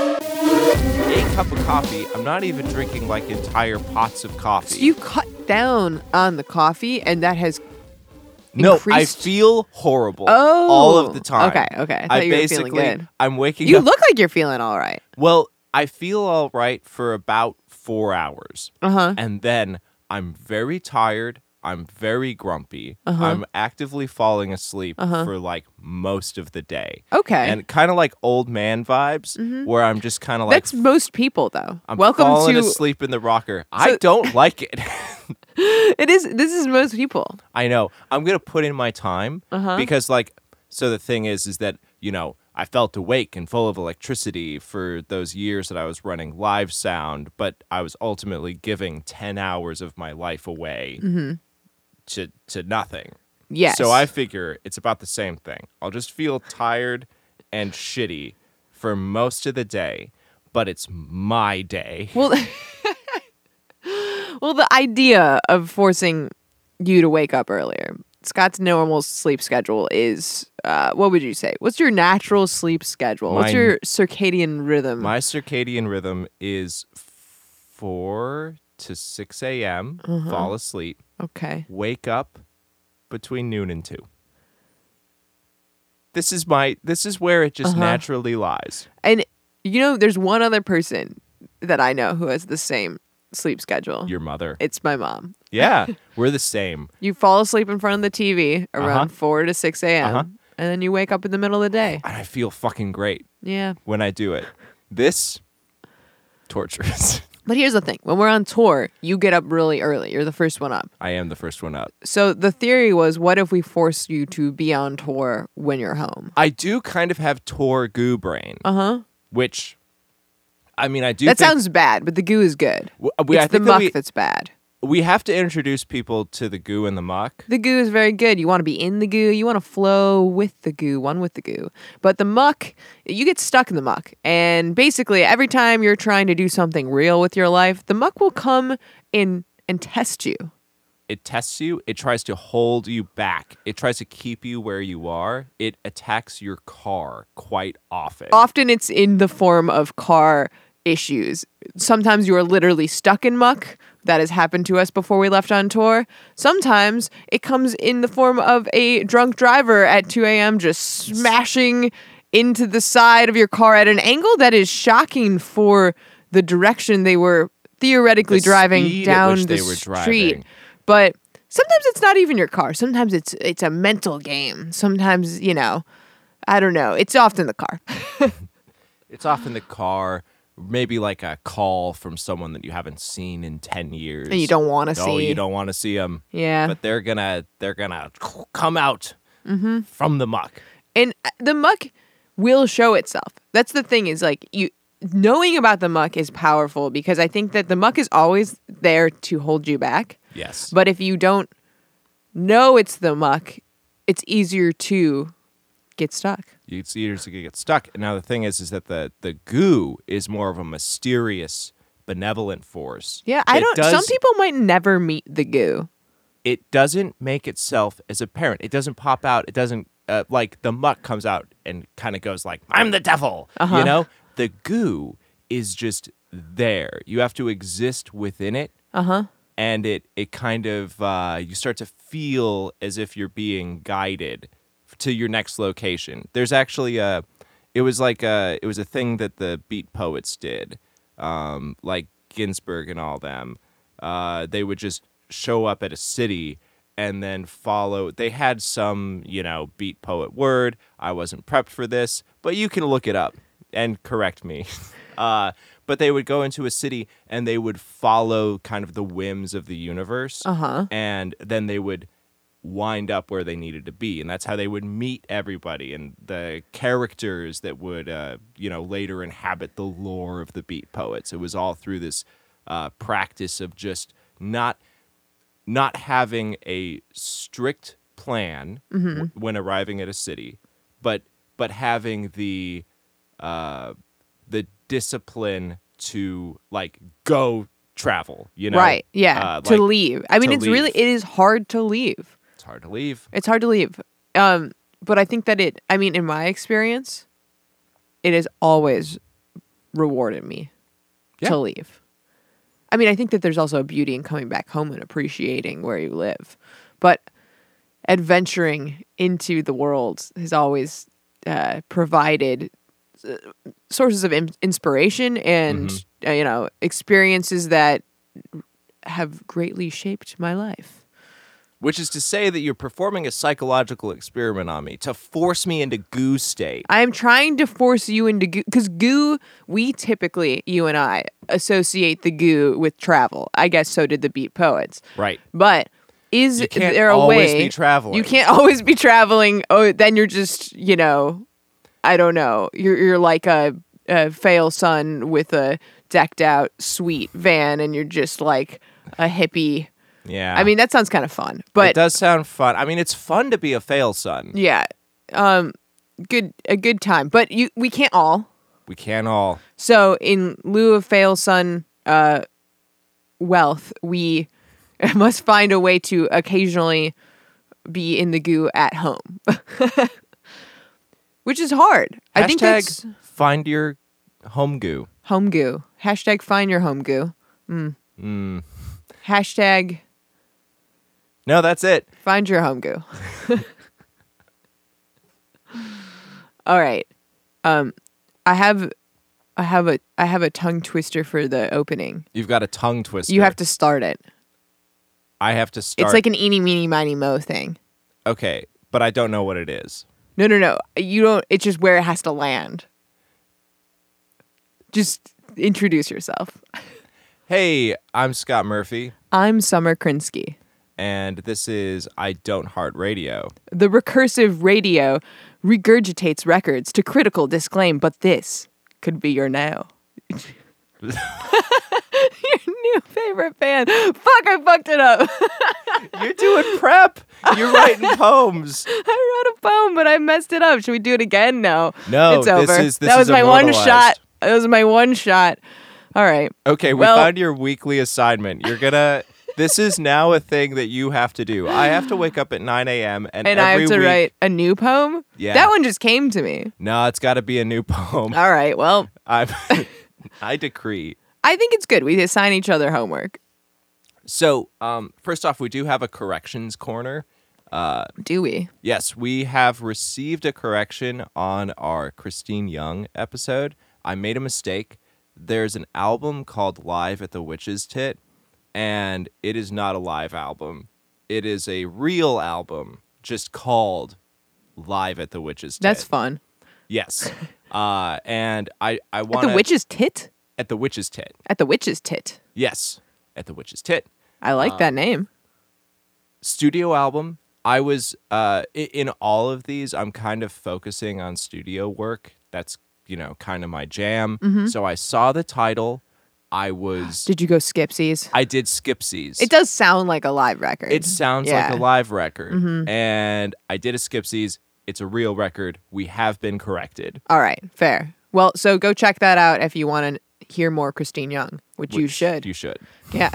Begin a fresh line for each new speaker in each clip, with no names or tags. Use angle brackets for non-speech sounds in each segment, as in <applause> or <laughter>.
A cup of coffee. I'm not even drinking like entire pots of coffee.
So you cut down on the coffee, and that has
no,
increased-
I feel horrible
Oh,
all of the time.
okay, okay. I thought you were feeling
basically, <laughs>
good.
I'm waking
you
up.
look like you're feeling all right.
well, I feel all right for about four hours.
Uh huh.
and then I'm very tired. I'm very grumpy.
Uh-huh.
I'm actively falling asleep
Uh-huh.
for like most of the day.
Okay. Mm-hmm.
And kind of like old man vibes where I'm just kind of like
That's most people, though.
I'm
Welcome
falling
to
asleep in the rocker. I don't like it.
<laughs> it is. This is most people.
I know. I'm going to put in my time
Uh-huh.
because like so the thing is is that, you know, I felt awake and full of electricity for those years that I was running live sound, but I was ultimately giving 10 hours of my life away to to nothing.
Mm-hmm. Yes.
So I figure it's about the same thing. I'll just feel tired and shitty for most of the day, but it's my day. <laughs>
well, <laughs> well, the idea of forcing you to wake up earlier. Scott's normal sleep schedule is uh, what would you say? What's your natural sleep schedule? What's
Mine-
your circadian rhythm?
My circadian rhythm is 4 to 6 a.m.,
Mm-hmm.
fall asleep,
okay.
wake up between noon and 2. This is my this is where it
Uh-huh.
just naturally lies.
And you know, there's one other person that I know who has the same sleep schedule.
Your mother.
<laughs> it's my mom.
Yeah, we're the same.
You fall asleep in front of the TV around
Uh-huh.
4 to 6 a.m.
Uh-huh.
And then you wake up in the middle of the day.
And I feel fucking great
Yeah.
when I do it. This torturous.
But here's the thing when we're on tour, you get up really early. You're the first one up.
<laughs> I am the first one up.
So the theory was what if we force you to be on tour when you're home?
I do kind of have tour goo brain,
Uh huh.
which, I mean, I do.
That
think,
sounds bad, but the goo is good.
w- We,
it's
I
the
think that
muck
we,
that's bad.
we have to introduce people to the goo and the muck.
The goo is very good. You want to be in the goo. You want to flow with the goo, one with the goo. But the muck, you get stuck in the muck. And basically, every time you're trying to do something real with your life, the muck will come in and test you.
It tests you. It tries to hold you back. It tries to keep you where you are. It attacks your car quite often.
Often it's in the form of car issues. Sometimes you are literally stuck in muck. That has happened to us before we left on tour. Sometimes it comes in the form of a drunk driver at 2 a.m. just smashing into the side of your car at an angle that is shocking for the direction they were theoretically
The
driving
speed at
down
which
the
they were
street.
driving.
But sometimes it's not even your car. Sometimes it's it's a mental game. Sometimes, you know, I don't know. It's often the car. <laughs>
It's often the car. Maybe like a call from someone that you haven't seen in ten years,
and you don't want to
Oh,
see.
you don't want to see them.
Yeah,
but they're gonna they're gonna come out
Mm-hmm.
from the muck.
and uh, the muck will show itself. That's the thing is like you knowing about the muck is powerful because I think that the muck is always there to hold you back.
Yes,
But if you don't know it's the muck, it's easier to get stuck.
you see, you're just gonna get stuck. And now the thing is, is that the the goo is more of a mysterious, benevolent force.
Yeah, I
It
don't.
Does,
Some people might never meet the goo.
it doesn't make itself as apparent. It doesn't pop out. It doesn't uh, like the muck comes out and kind of goes like, "I'm the devil,"
Uh-huh.
you know. The goo is just there. You have to exist within it.
Uh huh.
and it it kind of uh, you start to feel as if you're being guided to your next location. There's actually a it was like a it was a thing that the beat poets did, um, like Ginsberg and all them. Uh, they would just show up at a city and then follow. They had some you know beat poet word. I wasn't prepped for this, but you can look it up and correct me. <laughs> Uh, but they would go into a city and they would follow kind of the whims of the universe.
Uh-huh.
And then they would wind up where they needed to be. And that's how they would meet everybody and the characters that would, uh, you know, later inhabit the lore of the beat poets. It was all through this uh, practice of just not not having a strict plan
Mm-hmm.
w- when arriving at a city, but but having the uh, the discipline to like go travel, you know,
right. Yeah.
uh,
to
like,
leave. I mean,
to
it's really
leave.
it is hard to leave.
It's hard to leave.
It's hard to leave. Um, but I think that it, I mean, in my experience, it has always rewarded me
Yeah.
to leave. I mean, I think that there's also a beauty in coming back home and appreciating where you live. But adventuring into the world has always uh, provided uh, sources of in- inspiration and, uh, you know, experiences that have greatly shaped my life.
Which is to say that you're performing a psychological experiment on me to force me into goo state.
I am trying to force you into goo because goo. We typically, you and I, associate the goo with travel. I guess so did the beat poets.
Right.
But is
You can't
there a
always
way
be traveling.
You can't <laughs> always be traveling. Oh, then you're just you know, I don't know. You're you're like a, a fail son with a decked out sweet van, and you're just like a hippie.
Yeah.
I mean, that sounds kind of fun,
it
but
does sound fun. I mean, it's fun to be a fail son.
yeah, um, good a good time. But you we can't all.
We can all.
So in lieu of fail son uh, wealth, we <laughs> must find a way to occasionally be in the goo at home, <laughs> which is hard. I think that's
Hashtag find your home goo.
home goo. Hashtag find your home goo.
Mm.
Hashtag
No, that's it.
find your home goo. <laughs> All right. Um, I have, I have a, I have a tongue twister for the opening.
You've got a tongue twister.
You have to start it.
I have to start.
It's like an eeny, meeny, miny, mo thing.
okay, but I don't know what it is.
No, no, no. You don't. It's just where it has to land. Just introduce yourself.
Hey, I'm Scott Murphy,
I'm Summer Krinsky,
and this is I Don't Heart Radio.
the recursive radio regurgitates records to critical disclaim, but this could be your now. <laughs> your new favorite band. Fuck, I fucked it up. <laughs>
You're doing prep. <laughs> You're writing poems.
I wrote a poem, but I messed it up. Should we do it again? No.
No,
It's
this
over.
is- this
that
is
was my one
immortalized.
shot. That was my one shot. All right.
Okay, we
Well-
found your weekly assignment. You're
<laughs>
gonna. This is now a thing that you have to do. I have to wake up at 9 a.m. and,
and I
every
have to
week,
write a new poem.
Yeah.
that one just came to me.
No, it's got to be a new poem.
All right, well, <laughs>
I'm, <laughs> I decree.
I think it's good. We assign each other homework.
So, um, first off, we do have a corrections corner. Uh,
Do we?
yes, we have received a correction on our Christine Young episode. I made a mistake. There's an album called Live at the Witch's Tit, and it is not a live album. It is a real album, just called Live at the Witch's Tit.
That's fun. <laughs>
yes. Uh, and I I
At
want
the witch's tit.
at the Witch's Tit.
At the witch's tit.
Yes, at the Witch's Tit.
I
Uh.
like that name.
studio album i was uh i- in all of these i'm kind of focusing on studio work that's you know kind of my jam so i saw the title i was
Mm-hmm. <gasps> Did you go skipsies?
i did skipsies
It does sound like a live record.
it sounds
Yeah. Mm-hmm.
like a live record and i did a skipsies it's a real record we have been corrected
All right, fair. Well, so go check that out if you want to hear more Christine Young, which, you
which
should.
you should
Yeah.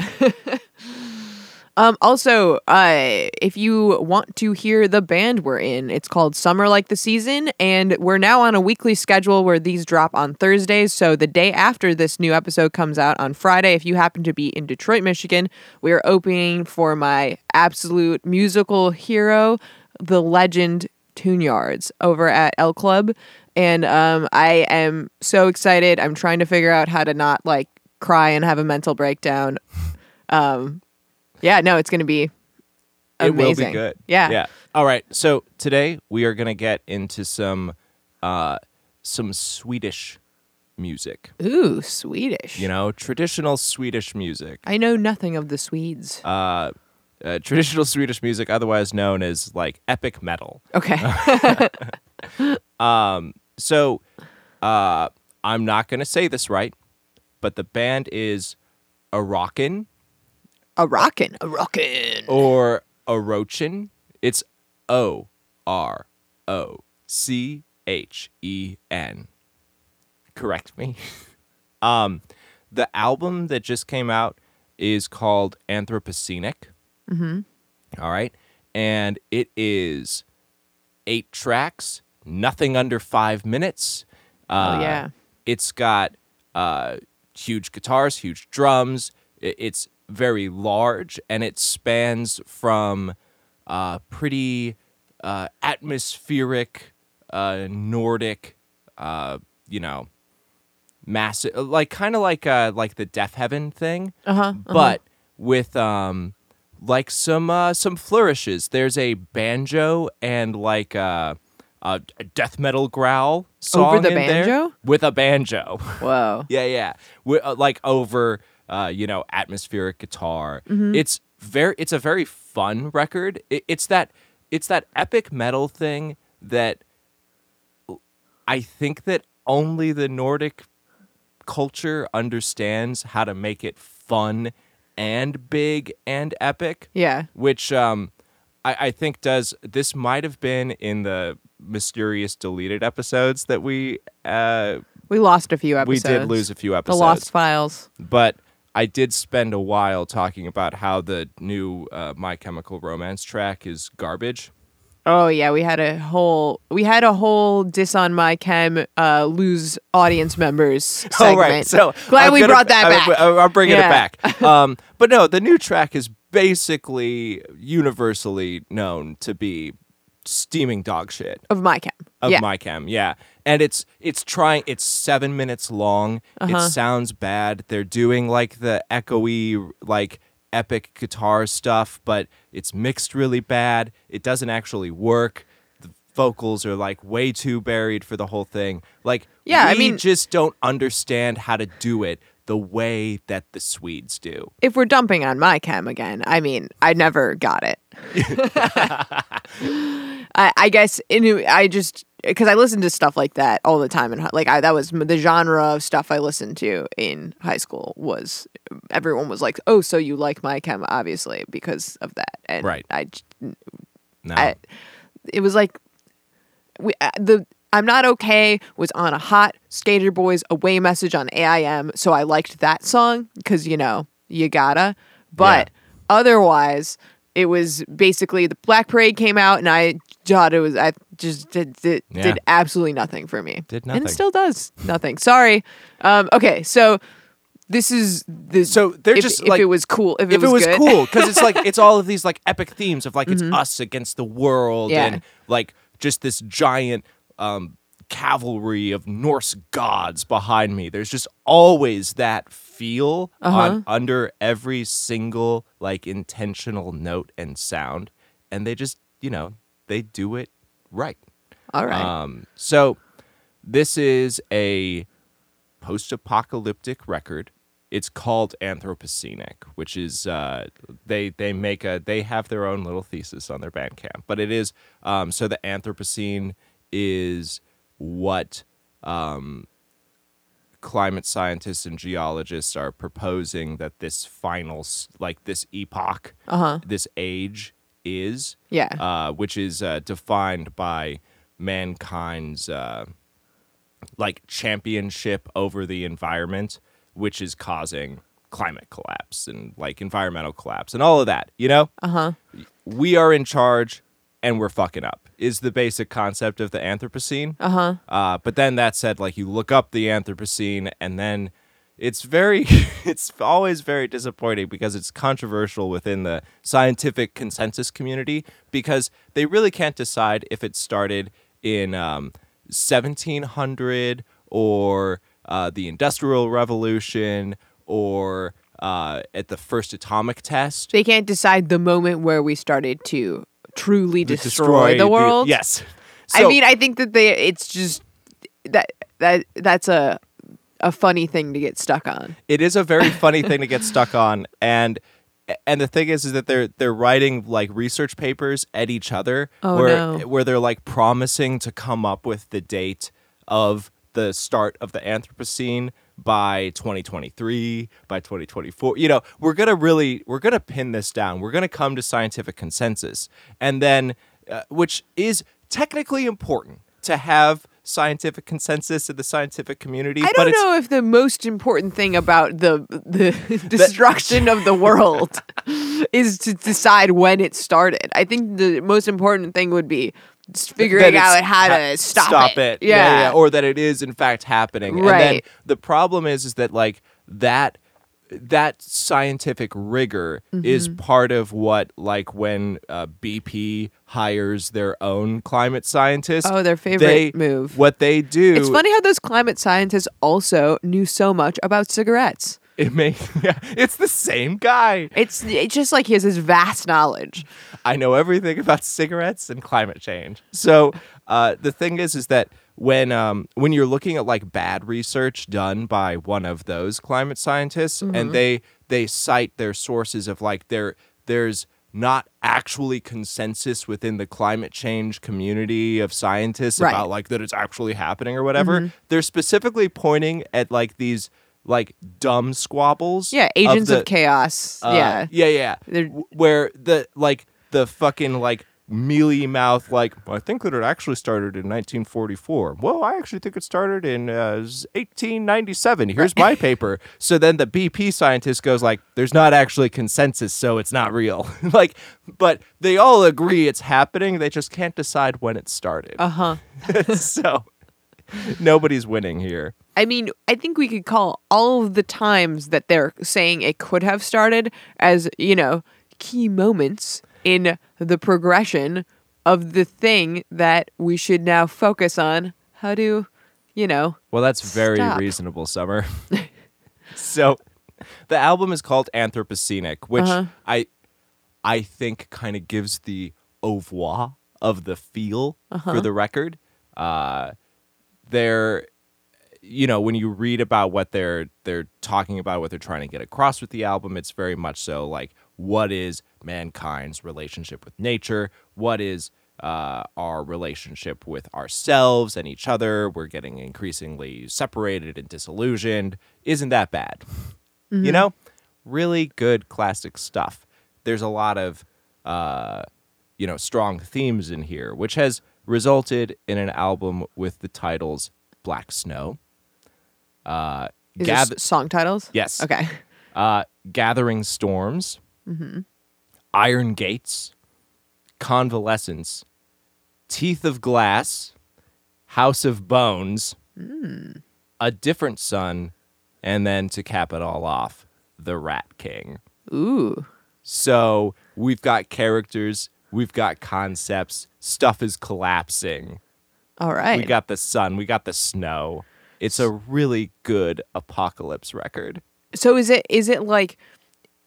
<laughs> um, also, uh, if you want to hear the band we're in, it's called Summer Like the Season, and we're now on a weekly schedule where these drop on Thursdays. So the day after this new episode comes out on Friday, if you happen to be in Detroit, Michigan, we are opening for my absolute musical hero, the legend Tune Yards over at L Club. And um, I am so excited. I'm trying to figure out how to not like cry and have a mental breakdown. Um, yeah, no, it's going to be amazing.
It will be good.
Yeah.
Yeah. All right. So today we are going to get into some uh some Swedish music.
Ooh, Swedish.
You know, traditional Swedish music.
I know nothing of the Swedes.
Uh, uh traditional Swedish music otherwise known as like epic metal. <laughs>
okay.
So uh I'm not going to say this right, but the band is Arakan
a rockin', a rockin'.
or Orochin. It's O R O C H E N. Correct me. <laughs> um, the album that just came out is called Anthropocenic. Mm-hmm. right. and it is eight tracks, nothing under five minutes. Uh,
yeah.
It's got uh, huge guitars, huge drums. I- It's very large and it spans from uh, pretty uh, atmospheric, uh, Nordic, uh, you know, massive, like kind of like uh, like the Deaf Heaven thing,
Uh huh.
but with um like some uh, some flourishes. There's a banjo and like uh, a a death metal growl song
the
in there
banjo?
with a banjo.
Whoa.
yeah, yeah, with, uh, like over uh, you know atmospheric guitar.
Mm-hmm.
It's very it's a very fun record. It, it's that it's that epic metal thing that I think that only the Nordic culture understands how to make it fun and big and epic
Yeah.
which um, I, I think does this might have been in the mysterious deleted episodes that we uh,
We lost a few
we
episodes.
did lose a few
the
episodes,
lost files.
but I did spend a while talking about how the new uh, My Chemical Romance track is garbage.
Oh yeah, we had a whole we had a whole diss on my chem uh, lose audience members segment.
<laughs> All Oh, right, so
glad
I'm
we
gonna- uh,
brought that
I'm-
back.
I'm, I'm bringing
Yeah.
it
<laughs>
back. Um, but no, the new track is basically universally known to be steaming dog shit.
of my chem.
of
yeah.
my chem yeah and it's it's trying it's seven minutes long
Uh-huh.
it sounds bad they're doing like the echoey like epic guitar stuff but it's mixed really bad it doesn't actually work the vocals are like way too buried for the whole thing like
Yeah, I
we
mean-
just don't understand how to do it the way that the swedes do
if we're dumping on my chem again, I mean, I never got it. <laughs> I, I guess in, I just because I listened to stuff like that all the time, and like I, that was m- the genre of stuff I listened to in high school. Was everyone was like, "Oh, so you like my chem?" Obviously, because of that, and
Right.
I j-
no
I, it was like we uh, the I'm not okay was on a hot Skater Boys away message on AIM, so I liked that song because you know you gotta. But otherwise, it was basically the Black Parade came out, and I thought it was I just did did,
Yeah.
did absolutely nothing for me.
Did
and
nothing.
it still does nothing. Sorry. Um, okay, so this is the
So they're
if,
just,
if
like-
it was cool if it
if it was,
good, Mm-hmm.
cool because it's
<laughs>
like it's all of these like epic themes of like it's us against the world
Yeah.
and like just this giant um cavalry of Norse gods behind me. There's just always that feel
Uh-huh.
on under every single like intentional note and sound and they just, you know, they do it right.
all right.
Um so this is a post-apocalyptic record. It's called Anthropocenic, which is uh, they they make a they have their own little thesis on their Bandcamp, but it is um, so the Anthropocene is what um, climate scientists and geologists are proposing that this final s- like this epoch,
Uh-huh.
this age is
yeah.
uh, which is uh, defined by mankind's uh, like championship over the environment, which is causing climate collapse and like environmental collapse and all of that. You know,
uh huh.
we are in charge and we're fucking up. Is the basic concept of the Anthropocene.
Uh huh.
Uh, but then that said, like you look up the Anthropocene, and then it's very, <laughs> it's always very disappointing because it's controversial within the scientific consensus community because they really can't decide if it started in um, 1700 or uh, the Industrial Revolution or uh, at the first atomic test.
They can't decide the moment where we started to truly destroy, the world.
yes.
I
So-
mean, I think that they it's just that that that's a a funny thing to get stuck on.
it is a very funny thing to get stuck on and and the thing is is that they're they're writing like research papers at each other
Oh,
where
no.
where they're like promising to come up with the date of the start of the anthropocene by 2023 by 2024 you know we're going to really we're going to pin this down we're going to come to scientific consensus and then uh, which is technically important to have scientific consensus of the scientific community.
I
but
don't
it's,
know if the most important thing about the
<laughs>
the <laughs> destruction of the world is to decide when it started. I think the most important thing would be s- figuring
it's
out how
ha-
to stop,
it.
Yeah.
Or that it is in fact happening. And then
Right.
the problem is is that like that that scientific rigor is
Mm-hmm.
part of what like when uh, BP hires their own climate scientists.
Oh, their favorite
they-
move.
What they do
it's funny how those climate scientists also knew so much about cigarettes.
it makes <laughs> yeah, it's the same guy.
It's it's just like he has this vast knowledge.
I know everything about cigarettes and climate change. So uh, the thing is, is that when um, when you're looking at like bad research done by one of those climate scientists,
Mm-hmm.
and they they cite their sources of like there there's not actually consensus within the climate change community of scientists
Right. Mm-hmm.
about like that it's actually happening or whatever. They're specifically pointing at like these like dumb squabbles.
Yeah, agents of,
the-
chaos.
uh,
yeah.
yeah, yeah.
They're-
W- Where the like the fucking like mealy mouth like I think that it actually started in 1944. Well, I actually think it started in uh, s- 1897. Here's my paper. So then the BP scientist goes like, "There's not actually consensus, so it's not real." <laughs> like, but they all agree it's happening. They just can't decide when it started.
Uh huh.
<laughs>
<laughs>
so nobody's winning here.
I mean, I think we could call all of the times that they're saying it could have started as, you know, key moments in the progression of the thing that we should now focus on. How to, you know,
Well, that's very
Stop.
reasonable, Summer. so, the album is called Anthropocenic, which I I think kind of gives the au revoir of the feel for the record. Uh, they're you know when you read about what they're they're talking about what they're trying to get across with the album it's very much so like what is mankind's relationship with nature what is uh, our relationship with ourselves and each other we're getting increasingly separated and disillusioned isn't that bad you know really good classic stuff there's a lot of uh you know strong themes in here which has resulted in an album with the titles black snow uh
is
Gath-
this song titles?
yes
Okay.
uh gathering storms iron gates convalescence teeth of glass house of bones a different sun and then to cap it all off the rat king
Ooh.
so we've got characters, we've got concepts, stuff is collapsing.
All
We
right.
got the sun, we got the snow. It's a really good apocalypse record.
so is it is it like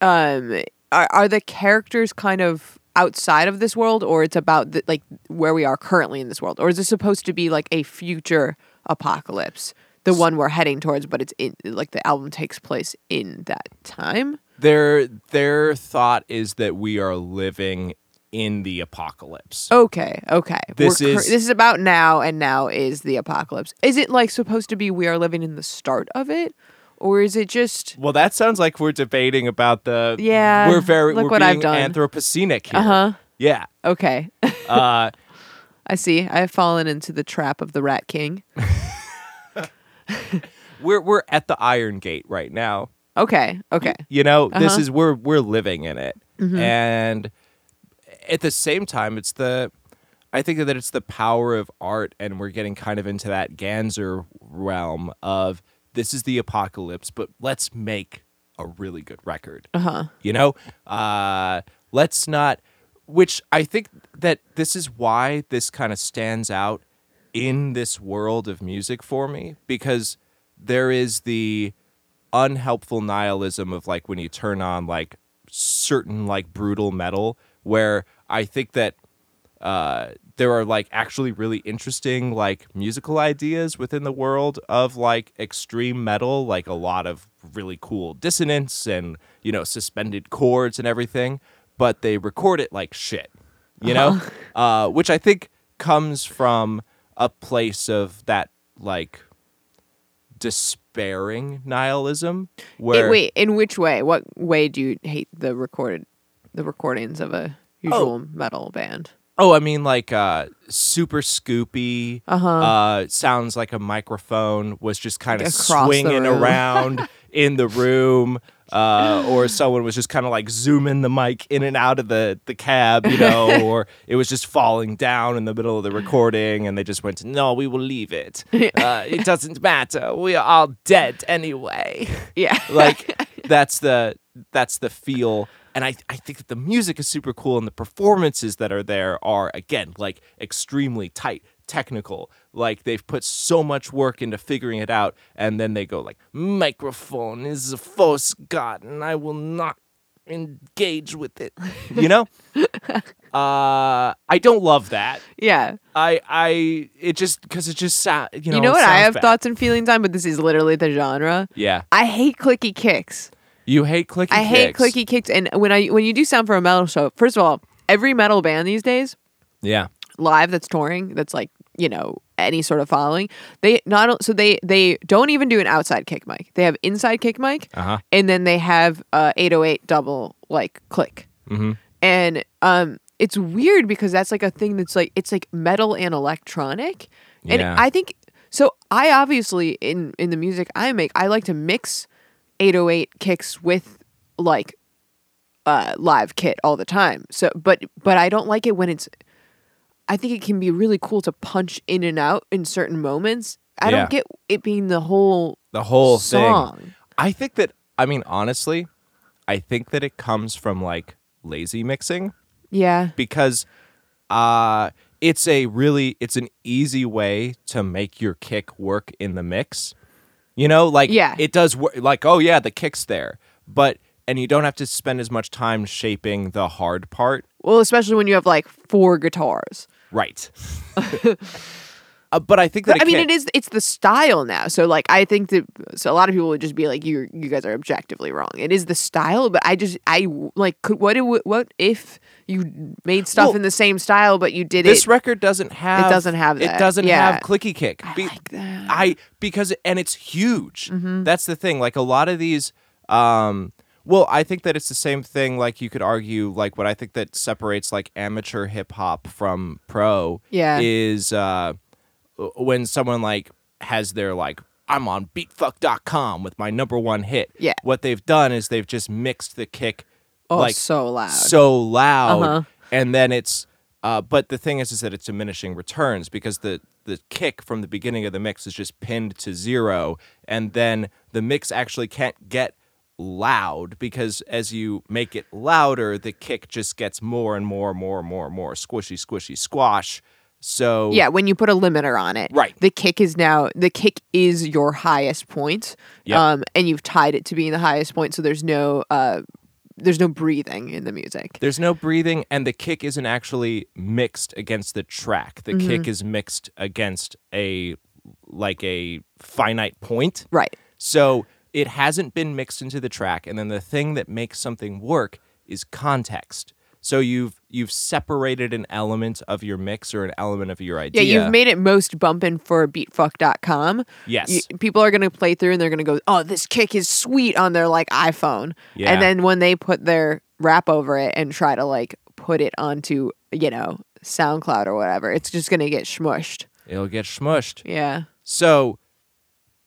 um are, are the characters kind of outside of this world or it's about the, like where we are currently in this world or is this supposed to be like a future apocalypse the one we're heading towards but it's in like the album takes place in that time
Their their thought is that we are living in the
Oh.
apocalypse.
okay okay
This
We're
is-
this is about now and now is the apocalypse is it like supposed to be we are living in the start of it or is it just
Well, that sounds like we're debating about the
Yeah,
We're very
look
we're
what
being
I've done.
anthropocenic here.
Uh-huh.
Yeah.
okay <laughs>
Uh, <laughs>
i see i have fallen into the trap of the rat king
we're we're at the Iron Gate right now.
okay okay
You know, this
Uh-huh. Mm-hmm.
is we're we're living in it, and at the same time, it's the I think that it's the power of art, and we're getting kind of into that Ganser realm of this is the apocalypse, but let's make a really good record. Uh-huh. You know, uh, let's not. Which I think that this is why this kind of stands out in this world of music for me because there is the unhelpful nihilism of like when you turn on like certain like brutal metal where i think that uh there are like actually really interesting like musical ideas within the world of like extreme metal like a lot of really cool dissonance and you know suspended chords and everything but they record it like shit you know <laughs> uh which i think comes from a place of that like despairing nihilism
It-
where
wait, in which way? What way do you hate the recorded, the recordings of a usual metal band?
Oh, I mean like uh super scoopy. Uh-huh. sounds like a microphone was just kind of
Across the
swinging
room. <laughs>
around in the room uh or someone was just kind of like zooming the mic in and out of the the cab, you
<laughs>
know, or it was just falling down in the middle of the recording and they just went, "No, we will leave
<laughs>
it. Uh, it doesn't matter. We are all dead anyway." <laughs>
Yeah.
like
<laughs>
that's the that's the feel and I, I think that the music is super cool and the performances that are there are again like extremely tight technical like they've put so much work into figuring it out and then they go like microphone is a false god and i will not engage with it you
<laughs>
know uh i don't love that
yeah.
i i it just because it just sound you know
You know
it
what I
sounds
have
bad.
thoughts and feelings on, but this is literally the genre.
yeah
I hate clicky kicks.
you hate clicky
I hate
kicks.
clicky kicks. And when I when you do sound for a metal show, first of all, every metal band these days
yeah
live that's touring that's like you know any sort of following they not o- so they they don't even do an outside kick mic they have inside kick mic
uh-huh
and then they have uh 808 double like click
mm-hmm
and um it's weird because that's like a thing that's like it's like metal and electronic and
Yeah.
i think so i obviously in in the music i make i like to mix 808 kicks with like uh live kit all the time so but but i don't like it when it's i think it can be really cool to punch in and out in certain moments
Yeah.
i don't get it being the whole
the whole thing.
song
I think that I mean honestly, I think that it comes from like lazy mixing
yeah
because uh it's a really it's an easy way to make your kick work in the mix. You know, like
Yeah.
it does work like oh yeah, the kick's there. But and you don't have to spend as much time shaping the hard part.
well especially when you have like four guitars <laughs>
Right. Uh, but I think that
But, I mean,
can-
it is. It's the style now. So like, I think that so a lot of people would just be like, "You you guys are objectively wrong." It is the style, but I just I like could what it would- what if you made stuff
Well,
in the same style, but you did
this
it
record doesn't have
doesn't have
it
that.
doesn't
Yeah.
have clicky kick.
I
Be-
like that. Mm-hmm.
I because and it's huge. That's the thing. Like a lot of these um well, I think that it's the same thing like you could argue like what I think that separates like amateur hip hop from pro
Yeah.
is uh w- when someone like has their like I'm on beatfuck.com with my number one hit.
Yeah.
What they've done is they've just mixed the kick
oh
like
so loud.
so loud
Uh-huh.
and then it's uh, but the thing is is that it's diminishing returns because the the kick from the beginning of the mix is just pinned to zero and then the mix actually can't get loud because as you make it louder the kick just gets more and more and more and more and more squishy squishy squash so
yeah, when you put a limiter on it,
Right.
The kick is now the kick is your highest point,
Yep.
um, and you've tied it to being the highest point, so there's no uh, there's no breathing in the music.
There's no breathing, and the kick isn't actually mixed against the track. The kick
Mm-hmm.
is mixed against a like a finite point.
Right.
So it hasn't been mixed into the track, and then the thing that makes something work is context. So you've you've separated an element of your mix or an element of your
Yeah,
idea.
you've made it most bumpin' for beatfuck.com.
Yes.
You- people are going to play through and they're going to go, oh, this kick is sweet on their like iPhone.
Yeah.
And then when they put their rap over it and try to like put it onto, you know, SoundCloud or whatever, it's just going to get smushed.
It'll get smushed.
Yeah.
So,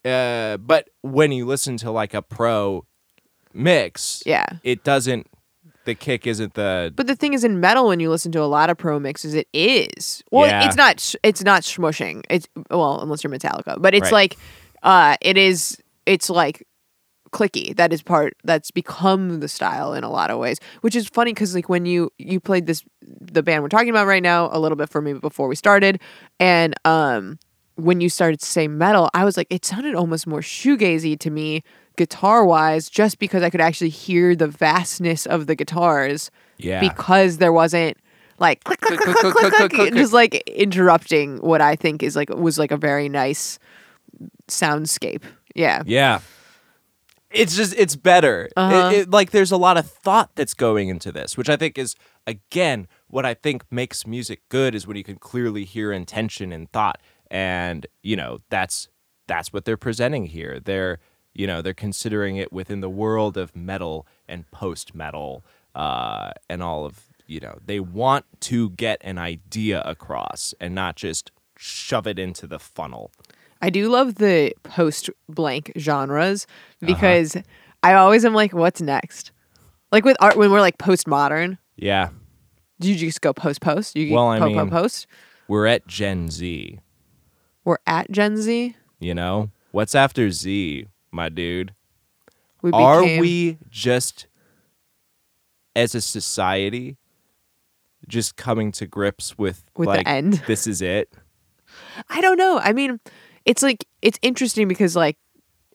uh, but when you listen to like a pro mix,
Yeah.
it doesn't. The kick isn't the
But the thing is, in metal, when you listen to a lot of pro mixes, it is. Well,
Yeah.
it's not. sh- It's not smushing. It's well, unless you're Metallica, but it's
Right.
like, uh, it is. It's like clicky. That is part. That's become the style in a lot of ways, which is funny because like when you you played this, the band we're talking about right now, a little bit for me before we started, and um, when you started to say metal, I was like, it sounded almost more shoegazy to me. Guitar wise, just because I could actually hear the vastness of the guitars,
yeah.
because there wasn't like click click click click click, click, just like interrupting what I think is like was like a very nice soundscape. Yeah.
Yeah. It's just it's better. It-
Uh-huh.
It, like there's a lot of thought that's going into this, which I think is again what I think makes music good is when you can clearly hear intention and thought, and you know that's that's what they're presenting here. They're you know they're considering it within the world of metal and post metal uh, and all of you know they want to get an idea across and not just shove it into the funnel.
I do love the post blank genres because I always am like, what's next? Like with art, when we're like postmodern,
Yeah,
do you just go post post? You
Well, I
po-
mean-
po- post.
we're at Gen Z.
We're at Gen Z.
You know what's after Z, my dude?
We
Are
became-
we just as a society just coming to grips with
With the
like
end?
this is it?
I don't know. I mean, it's like it's interesting because like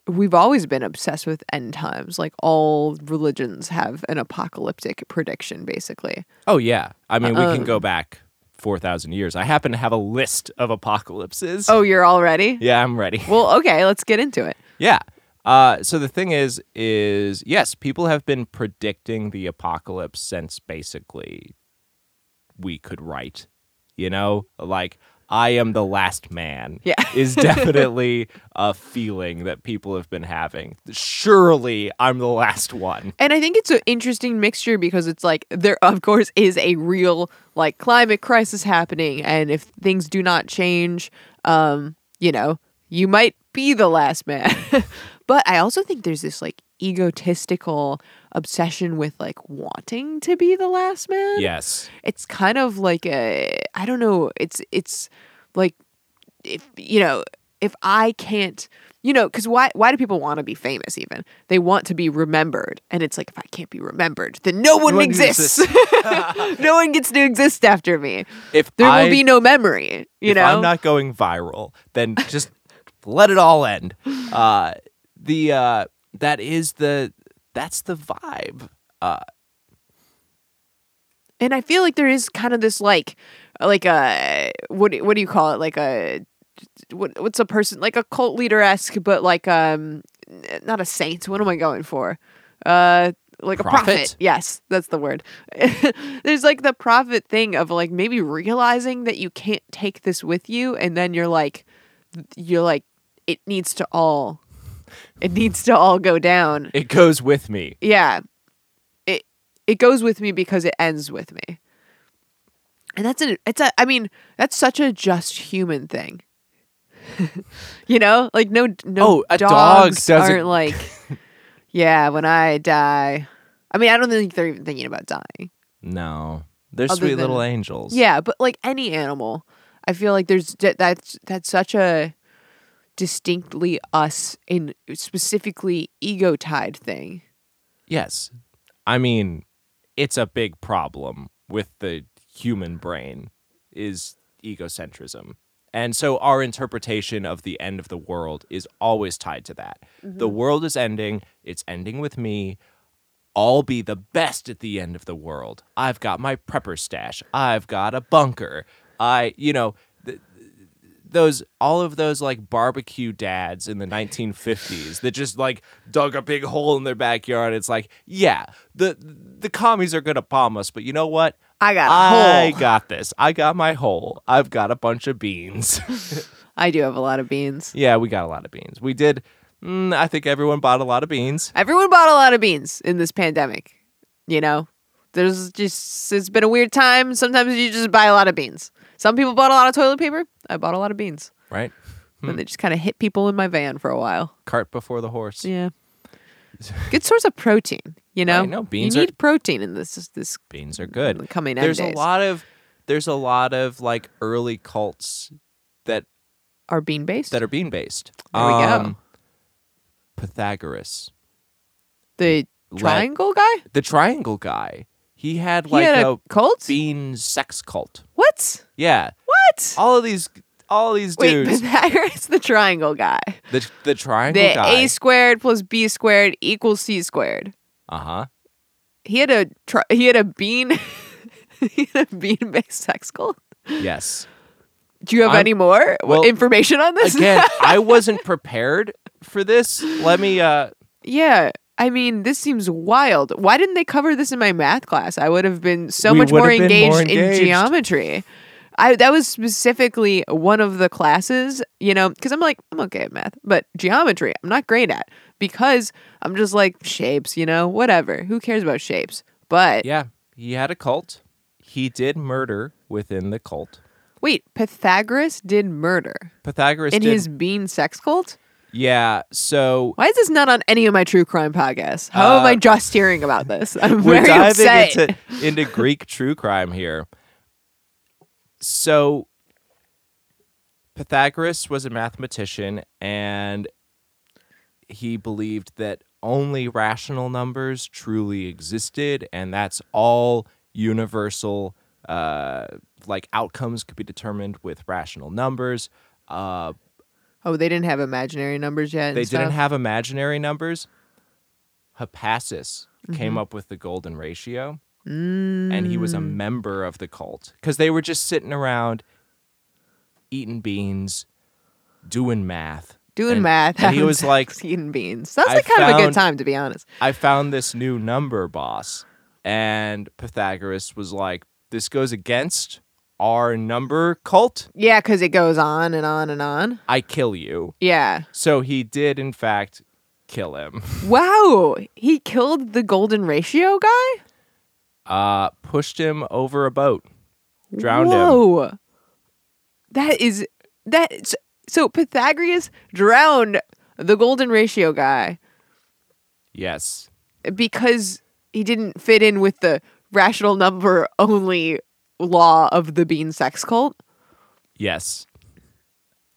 we've always been obsessed with end times. Like all religions have an apocalyptic prediction, basically.
Oh yeah. I mean, we
Um,
can go back 4,000 years. I happen to have a list of apocalypses.
Oh, you're all ready?
Yeah, I'm ready.
Well, okay, let's get into it.
Yeah. Uh, so the thing is, is yes, people have been predicting the apocalypse since basically we could write. You know, like I am the last man.
Yeah.
<laughs> is definitely a feeling that people have been having. Surely, I'm the last one.
And I think it's an interesting mixture because it's like there, of course, is a real like climate crisis happening, and if things do not change, um, you know, you might be the last man. <laughs> but I also think there's this like egotistical obsession with like wanting to be the last man.
Yes.
it's kind of like a I don't know. It's it's like if you know if I can't you know because why why do people want to be famous even they want to be remembered and it's like if I can't be remembered then no one,
one
exists
exists.
<laughs> no one gets to exist after me
If
there
I,
will be no memory you
if
know
I'm not going viral, then just let it all end. Uh, the uh, that is the that's the vibe. Uh,
and I feel like there is kind of this like like a what do- what do you call it like a what what's a person like a cult leader esque but like um n- not a saint what am I going for uh like a prophet
Prophet?
yes that's the word <laughs> there's like the prophet thing of like maybe realizing that you can't take this with you and then you're like you're like it needs to all it needs to all go down
it goes with me.
yeah it it goes with me because it ends with me and that's an it's a i mean that's such a just human thing <laughs> you know like no no
Oh, a dog
dogs
doesn't- <laughs>
aren't like yeah when i die i mean i don't think they're even thinking about dying
No, they're
Other
sweet
than-
little angels.
yeah but like any animal i feel like there's that- that's that's such a distinctly us in specifically ego tied thing
Yes. I mean, it's a big problem with the human brain is egocentrism. And so our interpretation of the end of the world is always tied to that.
Mm-hmm.
The world is ending, it's ending with me. I'll be the best at the end of the world. I've got my prepper stash. I've got a bunker. I, you know, th- th- those all of those like barbecue dads in the 1950s that just like dug a big hole in their backyard. It's like, yeah, the the commies are gonna bomb us, but you know what?
i got a
I
hole
got this. I got my hole. I've got a bunch of beans. <laughs>
I do have a lot of beans.
yeah, we got a lot of beans. We did. Mm, I think everyone bought a lot of beans.
Everyone bought a lot of beans in this pandemic. You know, there's just, it's been a weird time. Sometimes you just buy a lot of beans. Some people bought a lot of toilet paper. I bought a lot of beans.
Right? Hmm.
And they just kind of hit people in my van for a while.
Cart before the horse. <laughs>
Yeah. Good source of protein, you know?
Right, no, beans
You
are-
need protein in this, this
Beans are good.
coming end
there's
days.
a lot of there's a lot of like early cults that
Are bean based?
that are bean based.
There we go.
Pythagoras,
the
Let-
triangle guy?
the triangle guy, he had
He
like
had
a,
a, cult?
bean sex cult.
What?
Yeah,
What?
all of these, all of these
Wait,
dudes.
<laughs> Pythagoras the triangle guy.
the the triangle
the
guy.
a squared plus b squared equals c squared.
Uh huh.
He had a tr- he had a bean <laughs> he had a bean based sex cult. <laughs>
Yes.
Do you have
I'm-
any more
well,
information on this?
Again, I wasn't prepared for this. Let me. uh
<laughs> yeah. I mean, this seems wild. Why didn't they cover this in my math class? I would have been so
We
much
would
more
have been
engaged,
more
in
engaged.
geometry. I that was specifically one of the classes, you know, because I'm like I'm okay at math, but geometry I'm not great at because I'm just like shapes, you know, whatever. Who cares about shapes? But
Yeah, he had a cult. He did murder within the cult.
Wait, Pythagoras did murder
Pythagoras
in
did.
his bean sex cult?
yeah. So
Why is this not on any of my true crime podcasts? How am
Uh,
I just hearing about this? <laughs> I'm
we're
very
diving
upset.
into into Greek true crime here. So Pythagoras was a mathematician and he believed that only rational numbers truly existed and that's all universal uh, like outcomes could be determined with rational numbers. Uh,
oh, they didn't have imaginary numbers yet. and
they
stuff?
didn't have imaginary numbers. Hippasus came up with the golden ratio
Mm-hmm. Mm.
and he was a member of the cult because they were just sitting around eating beans doing math
doing
and-
math.
and he
having <laughs>
was
sex,
like,
eating beans. Sounds
"I
like kind of a
found-
good time, to be honest.
i found this new number boss and pythagoras was like this goes against our number cult
Yeah, because it goes on and on and on.
i kill you
Yeah.
so he did in fact kill him
Wow, he killed the golden ratio guy.
uh pushed him over a boat drowned
Whoa.
him
That is that. is- So Pythagoras drowned the golden ratio guy
yes
because he didn't fit in with the rational number only law of the bean sex cult.
Yes.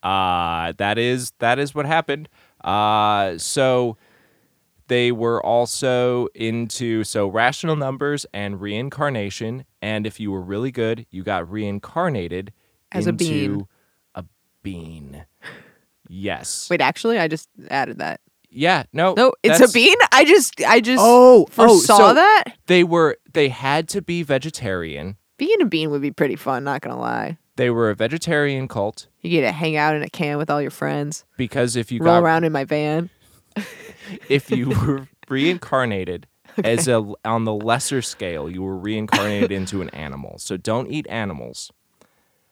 Uh that is that is what happened. Uh so they were also into so rational numbers and reincarnation and if you were really good, you got reincarnated
As a
into
bean.
a
<laughs>
bean. Yes.
Wait, actually, I just added that.
Yeah, no.
No, it's
that's-
a bean. I just, I just
Oh, oh,
foresaw
so
that.
They were they had to be vegetarian.
Being a bean would be pretty fun. Not gonna lie,
They were a vegetarian cult
you get to hang out in a can with all your friends,
because if you
roll
got
around in my van.
if
<laughs>
you were reincarnated as a on the lesser scale, you were
<laughs>
reincarnated into an animal. So don't eat animals.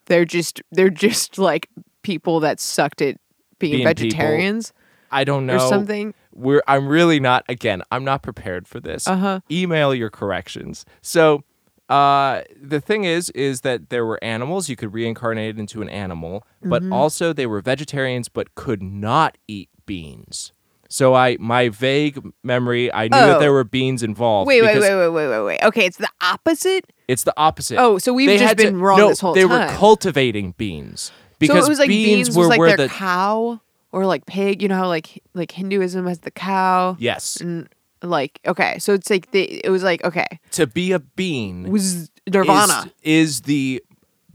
They're just, they're just like people that sucked at being,
Being people.
vegetarians
I don't know.
or something.
We're I'm really not again, I'm not prepared for this.
Uh huh.
Email your corrections. So uh the thing is is that there were animals you could reincarnate into an animal, but
Mm-hmm.
also they were vegetarians but could not eat beans. So I my vague memory, I knew that
Oh.
there were beans involved.
Wait, wait,
because
wait, wait, wait, wait, wait. Okay, it's the opposite.
It's the opposite.
Oh, so we've
they
just
had to-
been wrong
no,
this whole
they
time.
were cultivating beans
so
because
it was like
beans,
beans,
were
was like
where
their
the
cow or like pig. You know how like like Hinduism has the cow.
yes
And like okay, so it's like the it was like okay
to be a bean
was Nirvana.
is, is the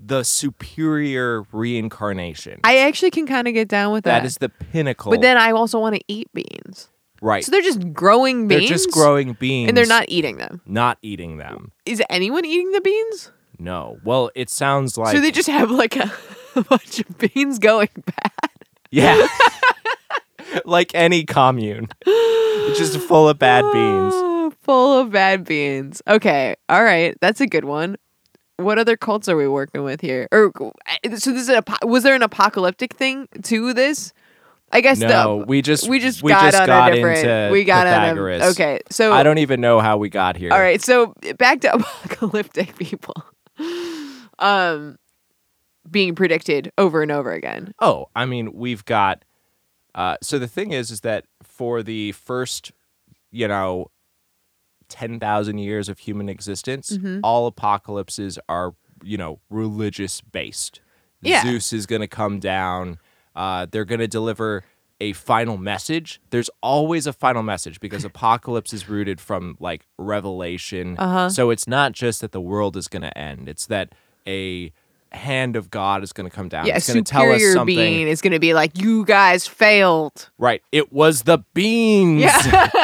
the superior reincarnation.
I actually can kind of get down with that.
that is the pinnacle.
but then I also want to eat beans.
right,
So they're just growing
they're
beans.
just growing beans
and they're not eating them.
not eating them.
Is anyone eating the beans?
No, well, it sounds like
so they just have like a, <laughs> a bunch of beans going bad. <laughs>
yeah, like any commune, It's just full of bad beans.
Oh, Full of bad beans. Okay. All right. That's a good one. What other cults are we working with here? Or eh, so this is an apo- was there an apocalyptic thing to this? I guess
No,
the
we just
we just
we
got
just
on
got
a different.
into
we got
Pythagoras.
on a okay. So
I don't even know how we got here.
all right. So back to <laughs> apocalyptic people, um, being predicted over and over again.
Oh, I mean, we've got. Uh, so the thing is, is that for the first, you know, ten thousand years of human existence,
Mhm.
all apocalypses are, you know, religious based.
Yeah.
Zeus is going to come down. Uh, they're going to deliver a final message. There's always a final message because
<laughs>
apocalypse is rooted from like revelation.
Uh-huh.
So it's not just that the world is going to end; it's that a hand of God is going to come down.
Yeah, a
it's going to tell us
superior
something.
being is going to be like, "You guys failed."
Right. It was the beans.
Yeah.
<laughs>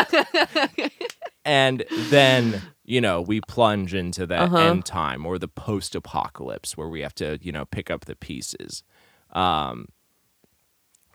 And then, you know, we plunge into that
Uh-huh.
end time or the post apocalypse where we have to, you know, pick up the pieces. Um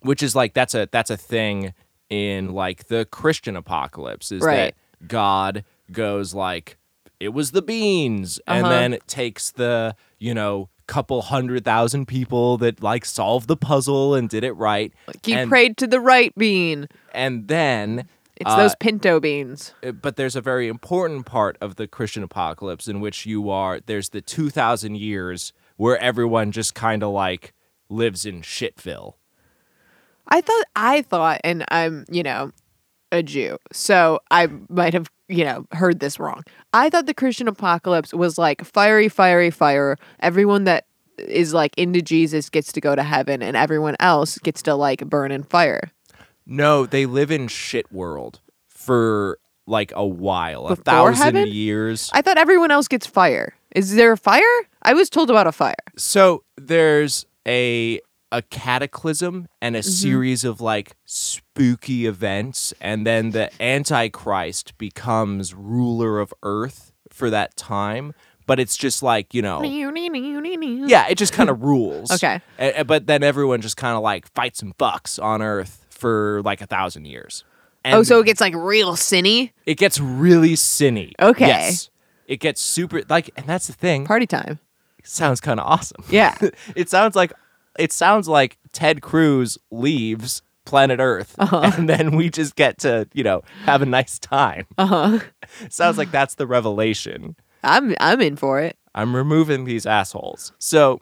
which is like that's a that's a thing in like the Christian apocalypse is
Right.
that God goes like it was the beans and
Uh-huh.
then it takes the, you know, couple hundred thousand people that like solved the puzzle and did it right
He
And-
prayed to the right bean.
and then
It's those pinto beans.
Uh, But there's a very important part of the Christian apocalypse in which you are, there's the 2,000 years where everyone just kind of like lives in shitville.
I thought I thought, and I'm you know a Jew, so I might have you know heard this wrong. I thought the Christian apocalypse was like fiery, fiery, fire. Everyone that is like into Jesus gets to go to heaven, and everyone else gets to like burn in fire.
No, they live in shit world for like a while, a
Before
thousand
heaven?
years.
I thought everyone else gets fire. Is there a fire? I was told about a fire.
So there's a a cataclysm and a
Mm-hmm.
series of like spooky events and then the antichrist becomes ruler of earth for that time, but it's just like, you
Oh.
know,
Yeah.
yeah, it just
<laughs>
kind of rules.
Okay.
A- a- but then everyone just kind of like fights and fucks on earth for like a thousand years. And
Oh, so it gets like real sinny.
It gets really cinny.
Okay.
Yes. It gets super like, and that's the thing.
Party time.
sounds kind of awesome.
<laughs> Yeah.
<laughs> it sounds like it sounds like Ted Cruz leaves planet Earth,
Uh-huh.
<laughs> and then we just get to you know have a nice time.
Uh huh.
<laughs> sounds like that's the revelation.
I'm I'm in for it.
I'm removing these assholes. So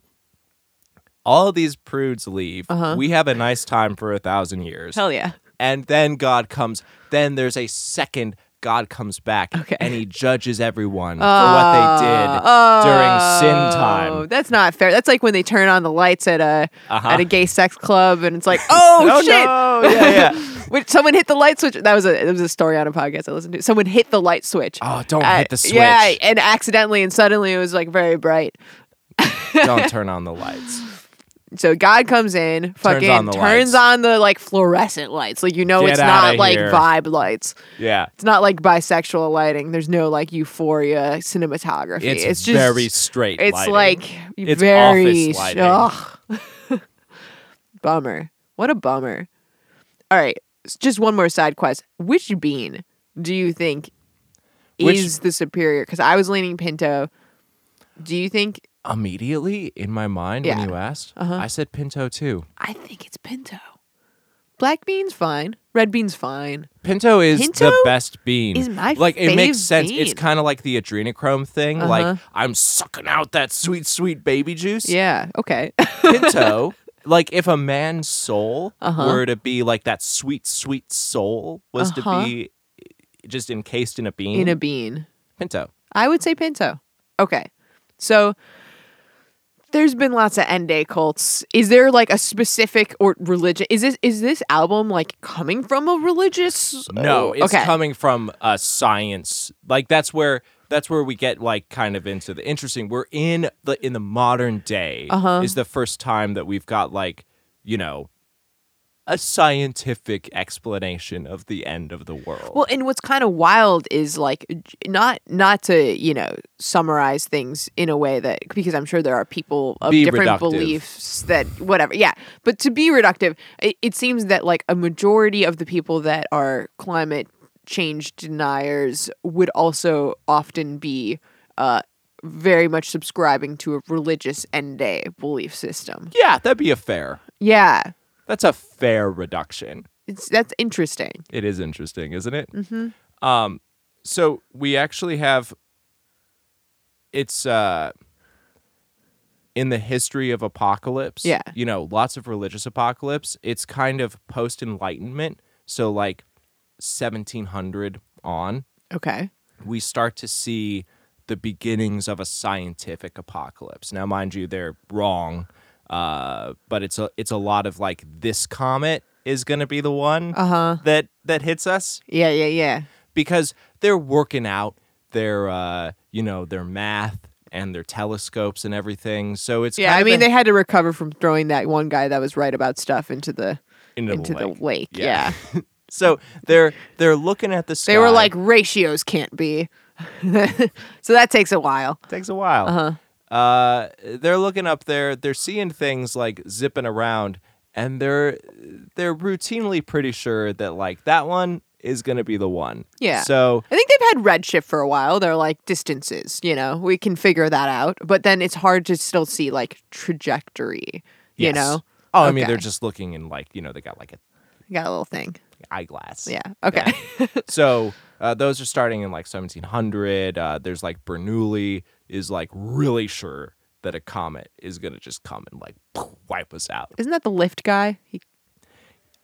all these prudes leave.
Uh-huh.
We have a nice time for a thousand years.
Hell yeah.
And then God comes. Then there's a second God comes back
Okay.
and he judges everyone for what they did
Oh.
during sin time.
That's not fair. That's like when they turn on the lights at a
Uh-huh.
at a gay sex club, and
<laughs>
it's like, oh,
Oh,
shit!
no. Yeah,
<laughs>
yeah.
Which someone hit the light switch. That was a it was a story on a podcast I listened to. Someone hit the light switch.
Oh, don't
Uh,
hit the switch.
Yeah, and accidentally and suddenly it was like very bright. <laughs>
don't turn on the lights.
So God comes in, fucking
on the lights.
turns on the like fluorescent lights. Like you know,
Get
it's
outta
not like
here.
vibe lights.
Yeah.
It's not like bisexual lighting. There's no like euphoria cinematography.
It's,
It's, just
very straight.
It's
lighting.
like
It's
very
office lighting.
ugh. <laughs> bummer. What a bummer. All right, s- just one more side quest. Which bean do you think
Which-
is the superior? Because I was leaning pinto. Do you think?
immediately in my mind
Yeah.
when you asked,
Uh-huh.
I said Pinto too.
I think it's pinto. Black bean's fine. Red bean's fine.
Pinto is the
Pinto
best bean.
is my
like it makes
fave
sense. It's
bean.
kind of like the adrenochrome thing.
Uh-huh.
Like I'm sucking out that sweet, sweet baby juice.
Yeah. Okay. <laughs>
Pinto, like if a man's soul
Uh-huh.
were to be like that sweet, sweet soul was
Uh-huh.
to be just encased in a bean.
In a bean.
Pinto.
I would say Pinto. Okay. So there's been lots of end day cults. Is there like a specific or religion? Is this is this album like coming from a religious?
No,
oh,
it's
okay.
coming from uh, science. Like that's where that's where we get like kind of into the interesting. We're in the in the modern day
Uh-huh.
is the first time that we've got like you know a scientific explanation of the end of the world.
Well, and what's kind of wild is like j- not not to you know summarize things in a way that because I'm sure there are people of
Be
different
reductive.
beliefs that whatever, yeah. But to be reductive, it, it seems that like a majority of the people that are climate change deniers would also often be uh, very much subscribing to a religious end day belief system.
yeah, that'd be a fair.
Yeah,
That's a fair reduction.
it's that's interesting.
It is interesting, isn't it?
hmm
Um, so we actually have it's uh in the history of apocalypse.
Yeah.
you know, lots of religious apocalypse. It's kind of post enlightenment. So like 1700 on,
Okay.
we start to see the beginnings of a scientific apocalypse. Now, mind you, they're wrong, uh, but it's a it's a lot of like this comet is going to be the one
Uh huh.
that that hits us
Yeah. Yeah. Yeah.
because they're working out their uh, you know their math and their telescopes and everything. So it's
Yeah,
kind
I
of
mean
a-
they had to recover from throwing that one guy that was right about stuff into the
into the
into the
lake.
lake.
Yeah.
Yeah.
<laughs> so they're they're looking at the sky.
They were like ratios can't be. <laughs> so that takes a while.
takes a while.
Uh-huh.
Uh, they're looking up there. They're seeing things like zipping around, and they're they're routinely pretty sure that like that one is gonna be the one.
Yeah.
So
I think they've had redshift for a while. They're like distances, you know. We can figure that out, but then it's hard to still see like trajectory, you
yes.
know.
Oh, I mean,
Okay.
they're just looking and like you know they got like a
You got a little thing.
eyeglass.
Yeah. Okay. <laughs>
so uh, those are starting in like 1700. Uh, there's like Bernoulli is like really sure that a comet is gonna just come and like wipe us out.
Isn't that the lift guy? He,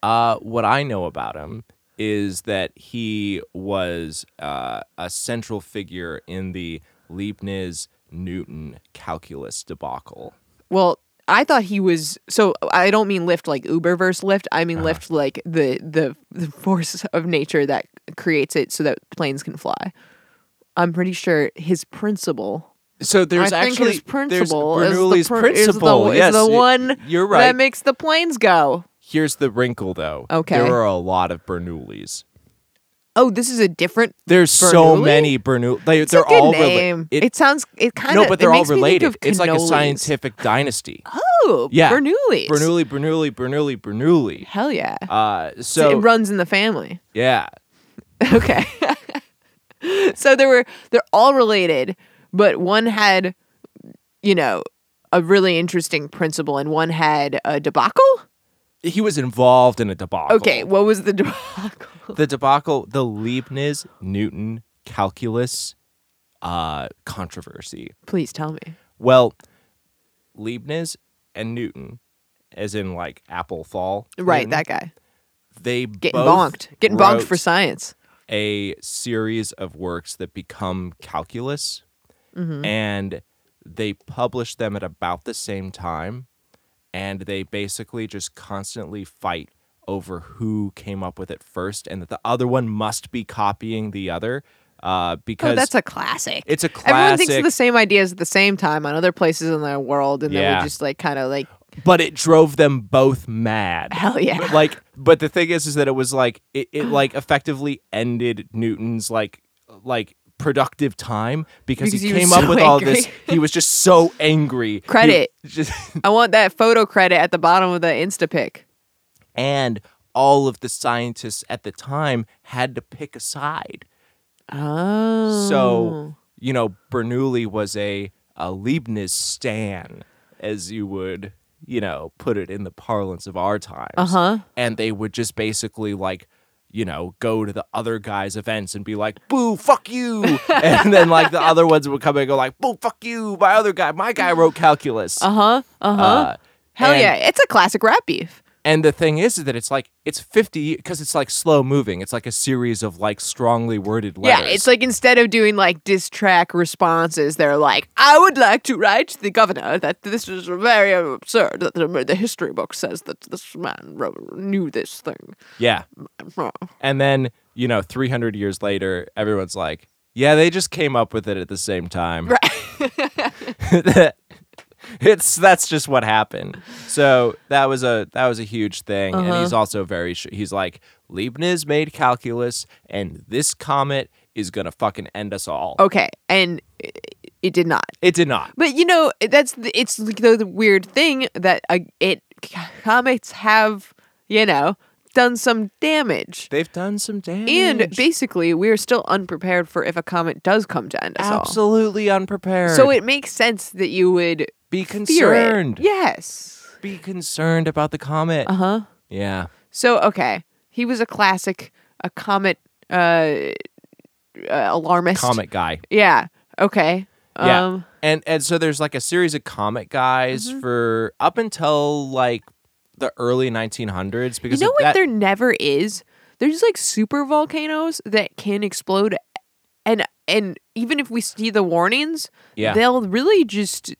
Uh, what I know about him is that he was uh, a central figure in the Leibniz Newton calculus debacle.
well, I thought he was. So I don't mean lift like Uber verse lift. I
Uh-huh.
mean lift like the, the the force of nature that creates it so that planes can fly. I'm pretty sure his principle.
So there's
I think
actually
his principle
there's
is
Bernoulli's
the, pr- is the-
principle.
is
yes,
the
y-
one
You're right.
that makes the planes go.
Here's the wrinkle, though.
Okay.
There are a lot of Bernoullis.
Oh, this is a different
There's so
Bernoulli?
many Bernoulli. They,
It's
they're
a good
all rela-
name.
it-
It, sounds it kind of
no, but they're
it
all
makes me think
related.
of
It's like a
cannolis.
scientific dynasty.
Oh,
Yeah.
Bernoulli's.
Bernoulli, Bernoulli, Bernoulli, Bernoulli.
Hell yeah!
Uh,
So, it
so
runs in the family.
yeah,
<laughs> Okay. so there were they're all related, but one had, you know, a really interesting principle, and one had a debacle.
he was involved in a debacle.
Okay, what was the <laughs> debacle?
the debacle, the Leibniz Newton calculus uh, controversy.
Please tell me.
Well, Leibniz and Newton, as in like Apple fall,
Right,
Newton,
that guy
they
getting
Mm-hmm. both
bonked, getting bonked
wrote Oh,
for science.
a series of works that become calculus,
Mhm.
and they publish them at about the same time, and they basically just constantly fight over who came up with it first, and that the other one must be copying the other, uh, because
Oh, that's a classic.
it's a
Everyone
classic.
thinks of the same ideas at the same time on other places in the world, and then
Yeah.
we just like kind of like
but it drove them both mad.
hell <laughs> yeah.
like but the thing is is that it was like it, it like effectively ended newton's like like productive time because,
Because
he
he was
came up
so
with all this
angry.
he was just so angry He
Credit.
just, <laughs>
I want that photo credit at the bottom of the Insta pic.
and all of the scientists at the time had to pick a side
Oh,
so you know bernoulli was a, a leibniz stan as you would you know put it in the parlance of our times
uh huh.
and they would just basically like you know go to the other guy's events and be like boo fuck
<laughs>
you and then like the other ones would come and go like boo fuck you my other guy my guy wrote calculus
Uh huh. Uh huh.
Uh,
Hell
and-
yeah! It's a classic rap beef.
and the thing is, is that it's like it's 50 because it's like slow moving it's like a series of like strongly worded letters
Yeah, it's like instead of doing like diss track responses, they're like, "I would like to write to the governor that this is very absurd. That the, the history book says that this man wrote, knew this thing."
yeah and then you know 300 years later everyone's like yeah they just came up with it at the same time
Right.
<laughs> it's that's just what happened. So that was a that was a huge thing,
Uh-huh.
and he's also very sh- he's like Leibniz made calculus, and this comet is gonna fucking end us all.
okay, and it, it did not.
It did not.
But you know, that's the, it's like the, the weird thing that uh, it comets have, you know, done some damage.
They've done some damage.
And basically, we are still unprepared for if a comet does come to end us
absolutely unprepared.
all. So it makes sense that you would
be
fear it.
concerned.
Yes.
Be concerned about the comet.
Uh huh.
yeah.
So okay, he was a classic, a comet, uh, uh alarmist.
Comet guy.
Yeah. Okay.
Yeah.
Um, Mm-hmm.
And and so there's like a series of comet guys for up until like the early 1900s
You
because
know
of
what
that,
there never is? There's like super volcanoes that can explode and and even if we see the warnings,
Yeah.
they'll really just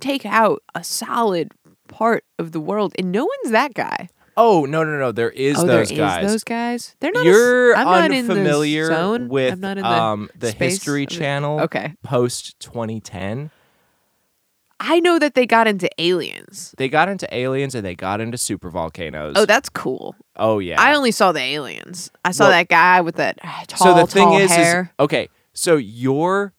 take out a solid part of the world and no one's that guy.
Oh no no no! There is
oh, there
those
is
guys.
those guys. They're not as-
You're
I'm not in the
unfamiliar
zone.
with
I'm not in the
um, the
space
History
of it.
Channel
Okay.
post 2010.
I know that they got into aliens.
They got into aliens and they got into super volcanoes.
Oh, that's cool.
oh yeah.
I only saw the aliens. I saw
Well-
that guy with that ah,
so
tall,
the thing
tall
is, is-
hair.
okay. So your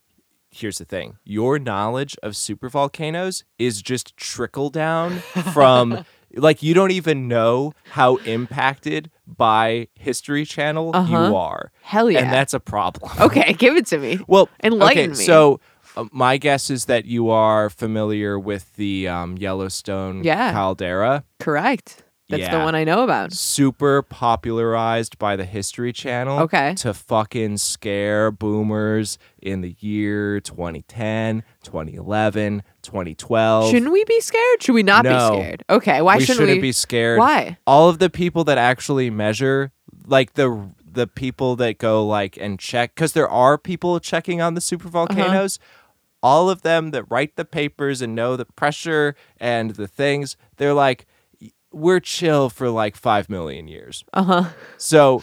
here's the thing. Your knowledge of super volcanoes is just trickle down
<laughs>
from like you don't even know how impacted by History Channel
Uh-huh.
you are,
Hell yeah.
and that's a problem.
okay, give it to me.
<laughs> Well,
Enlighten
okay,
me.
So uh, my guess is that you are familiar with the um, Yellowstone
Yeah.
caldera.
Correct. That's the
Yeah.
one I know about.
super popularized by the History Channel.
Okay.
To fucking scare boomers in the year 2010, 2011, 2012.
Shouldn't we be scared? Should we not
No.
be scared? Okay, why
we
shouldn't,
shouldn't
we
be scared.
Why?
All of the people that actually measure, like the the people that go like and check, because there are people checking on the super volcanoes.
Uh-huh.
All of them that write the papers and know the pressure and the things, they're like, we're chill for like five million years.
Uh huh. <laughs>
So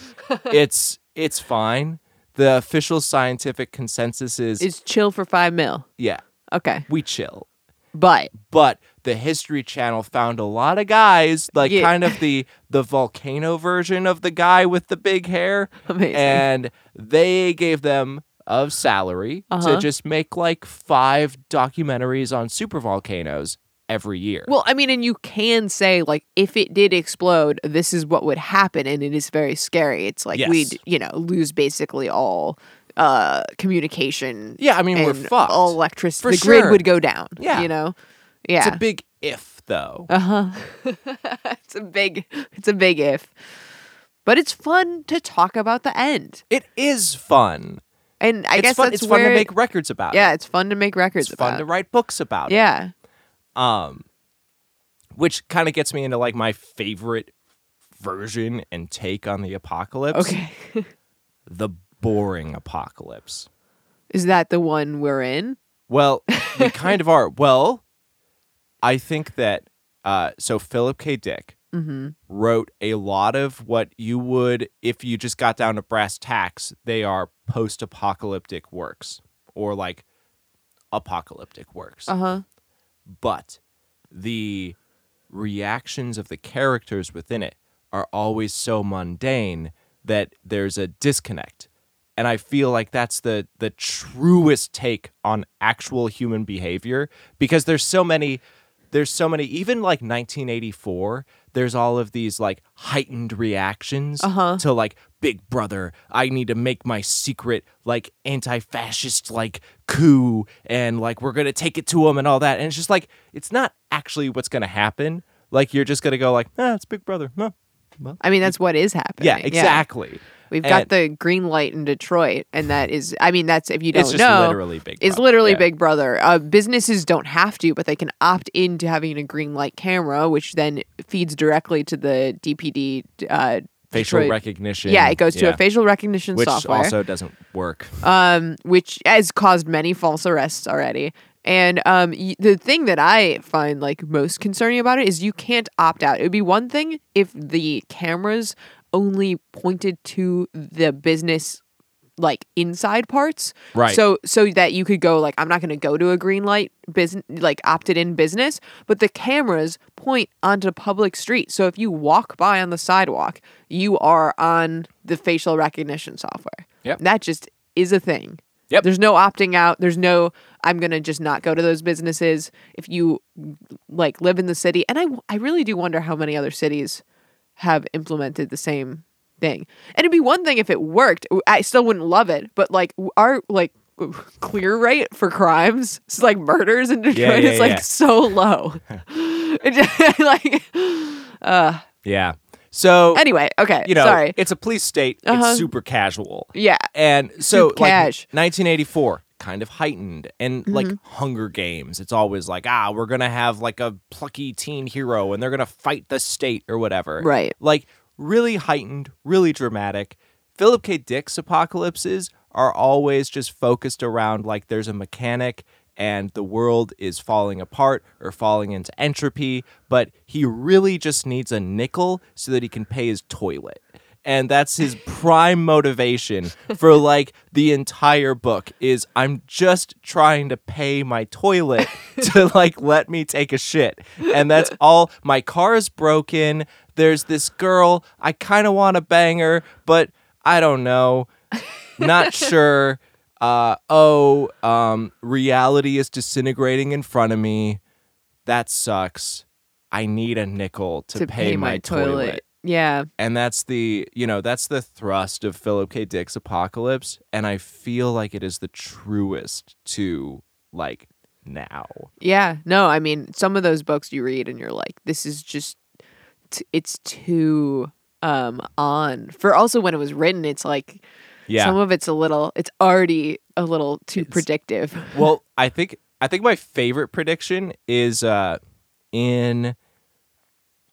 it's it's fine. The official scientific consensus is
It's chill for five mil.
yeah,
Okay,
we chill.
but <laughs>
But the History Channel found a lot of guys, like
Yeah.
kind of the the volcano version of the guy with the big hair,
Amazing.
and they gave them of salary
Uh-huh.
to just make like five documentaries on super volcanoes every year.
well, I mean, and you can say like, if it did explode, this is what would happen, and it is very scary. It's like
Yes.
we'd you know lose basically all uh communication.
yeah, I mean we're
and
fucked.
All electricity,
For
the
sure.
grid would go down.
Yeah.
you know.
It's
Yeah.
a Uh-huh. big if though.
Uh huh. <laughs> it's a big. It's a big if. But it's fun to talk about the end,
It is fun.
and I
it's
guess
fun.
that's
it's
where
fun to make records about. it.
Yeah, it's fun to make records
it's
about.
fun to write books about it.
yeah.
Um, which kind of gets me into like my favorite version and take on the apocalypse.
Okay.
The boring apocalypse.
Is that the one we're in?
Well, we kind of are. Well, I think that uh, so Philip K. Dick
Mm-hmm.
wrote a lot of what you would if you just got down to brass tacks. They are post-apocalyptic works or like apocalyptic works.
Uh huh.
but the reactions of the characters within it are always so mundane that there's a disconnect. And I feel like that's the the truest take on actual human behavior because there's so many there's so many even like 1984 there's all of these like heightened reactions
Uh-huh.
to like big brother i need to make my secret like anti-fascist like coup and like we're gonna take it to him and all that and it's just like it's not actually what's gonna happen like you're just gonna go like ah it's big brother huh. well,
I mean, that's what is happening.
yeah exactly
We've got the green light in Detroit, and that is, I mean, that's if you don't
it's just
know,
literally big
it's
Brother.
literally
Yeah.
Big Brother. Uh, businesses don't have to, but they can opt into having a green light camera, which then feeds directly to the DPD. Uh,
facial
Detroit-
recognition
Yeah, it goes to
yeah,
a facial recognition
which
software.
also doesn't work
um, which has caused many false arrests already. And um, y- the thing that I find like most concerning about it is you can't opt out. It would be one thing if the cameras only pointed to the business like inside parts
right
so so that you could go like I'm not going to go to a green light business like opted in business, but the cameras point onto public street. So if you walk by on the sidewalk, you are on the facial recognition software.
Yep.
That just is a thing.
Yep.
There's no opting out. There's no I'm going to just not go to those businesses. If you like live in the city and I I really do wonder how many other cities have implemented the same thing. And it'd be one thing if it worked. I still wouldn't love it, but like our like <laughs> clear rate for crimes, it's like murders in Detroit
yeah,
is like
yeah.
so
<laughs>
low. It- <laughs> like uh
yeah so
anyway, okay.
you know
sorry.
it's a police state
Uh-huh.
it's super casual
Yeah.
And so,
Soup
like,
cash. Mm-hmm.
1984, kind of heightened, and like Hunger Games, it's always like, ah, we're gonna have like a plucky teen hero, and they're gonna fight the state or whatever.
Right.
Like really heightened, really dramatic. Philip K. Dick's apocalypses are always just focused around like there's a mechanic and the world is falling apart or falling into entropy, but he really just needs a nickel so that he can pay his toilet. And that's his prime motivation for like the entire book is I'm just trying to pay my toilet <laughs> to like let me take a shit. And that's all my car is broken. There's this girl. I kind of want to bang her, but I don't know not <laughs> sure. Uh, oh, um, reality is disintegrating in front of me. That sucks. I need a nickel to, pay, my, toilet.
Yeah.
And that's the, you know, that's the thrust of Philip K. Dick's Apocalypse. And I feel like it is the truest to like now.
Yeah. No, I mean some of those books you read and you're like this is just t- it's too um on for also when it was written it's like
Yeah.
some of it's a little it's already a little too
It's-
predictive
<laughs>
<laughs>
well, I think I think my favorite prediction is uh in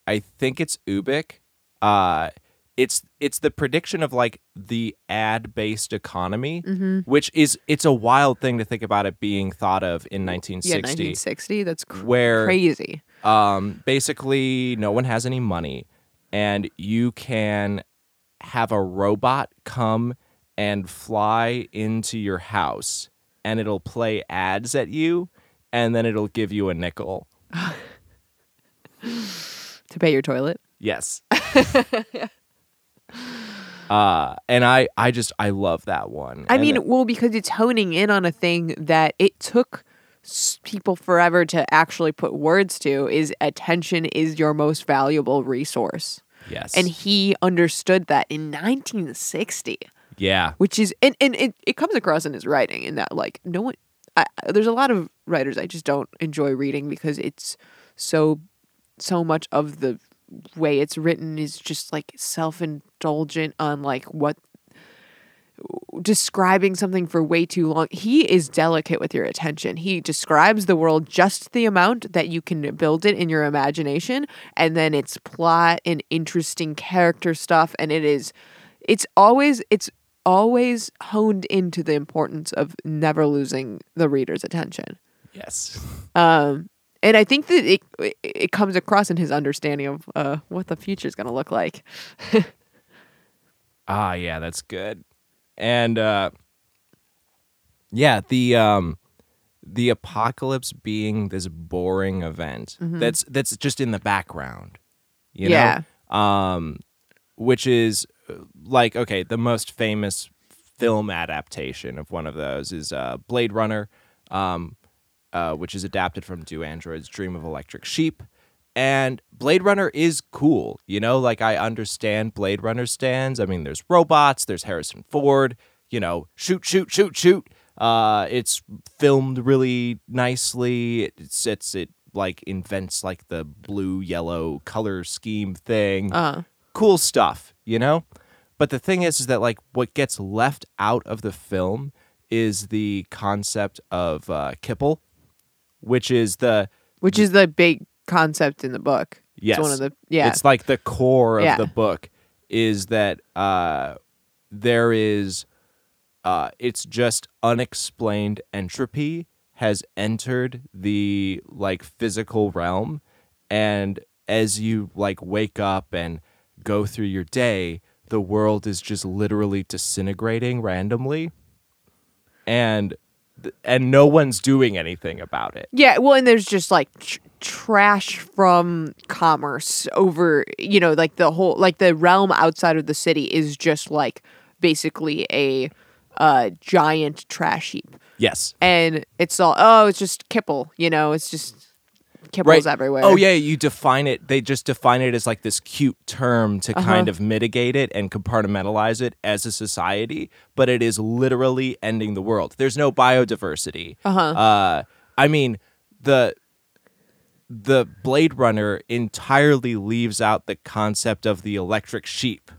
I think it's Ubik. Uh it's it's the prediction of like the ad based economy, which is it's a wild thing to think about it being thought of in
yeah
1960,
1960 that's cr-
where
crazy
um, basically no one has any money and you can have a robot come and fly into your house and it'll play ads at you and then it'll give you a nickel
to pay your toilet <laughs>
yes uh and i i just i love that one
I
And
mean, well, because it's honing in on a thing that it took s- people forever to actually put words to is attention is your most valuable resource.
yes
And he understood that in 1960,
yeah
which is, and, and it, it comes across in his writing in that, like, no one, I, there's a lot of writers I just don't enjoy reading because it's so, so much of the way it's written is just like self indulgent on like what describing something for way too long. He is delicate with your attention. He describes the world just the amount that you can build it in your imagination and then it's plot and interesting character stuff and it is it's always it's always honed into the importance of never losing the reader's attention.
yes
Um and I think that it it- it comes across in his understanding of uh, what the future is going to look like.
Ah, yeah, that's good. And uh yeah, the um the apocalypse being this boring event that's that's just in the background. You
Yeah.
know? Um which is uh, like okay, the most famous film adaptation of one of those is uh Blade Runner. Um uh, which is adapted from Do Androids Dream of Electric Sheep. And Blade Runner is cool. You know, like I understand Blade Runner stands. I mean, there's robots, there's Harrison Ford, you know, shoot, shoot, shoot, shoot. Uh, it's filmed really nicely. It sets it like invents like the blue yellow color scheme thing.
Uh,
cool stuff, you know? But the thing is, is that like what gets left out of the film is the concept of uh, Kipple, which is the
which is the big concept in the book.
yes,
It's one of the yeah.
it's like the core of
Yeah.
the book is that uh, there is uh, it's just unexplained entropy has entered the like physical realm and as you like wake up and go through your day the world is just literally disintegrating randomly and th- and no one's doing anything about it
Yeah, well, and there's just like tr- trash from commerce over, you know, like the whole like the realm outside of the city is just like basically a uh giant trash heap.
yes
And it's all oh, it's just kipple, you know, it's just kipples everywhere.
Oh yeah, you define it. They just define it as like this cute term to
Uh-huh.
kind of mitigate it and compartmentalize it as a society, but it is literally ending the world. There's no biodiversity. Uh-huh. I mean, the the Blade Runner entirely leaves out the concept of the electric sheep,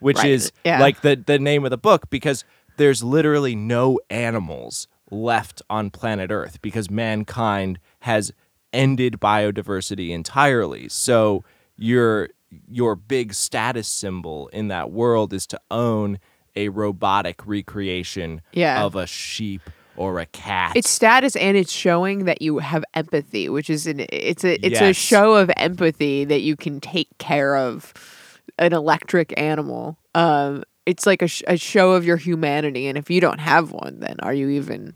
which
Right,
is
yeah.
like the the name of the book because there's literally no animals left on planet Earth because mankind has ended biodiversity entirely. So your your big status symbol in that world is to own a robotic recreation
Yeah.
of a sheep or a cat.
It's status and it's showing that you have empathy, which is an it's a it's a
Yes.
show of empathy that you can take care of an electric animal. Um, it's like a, sh- a show of your humanity, and if you don't have one, then are you even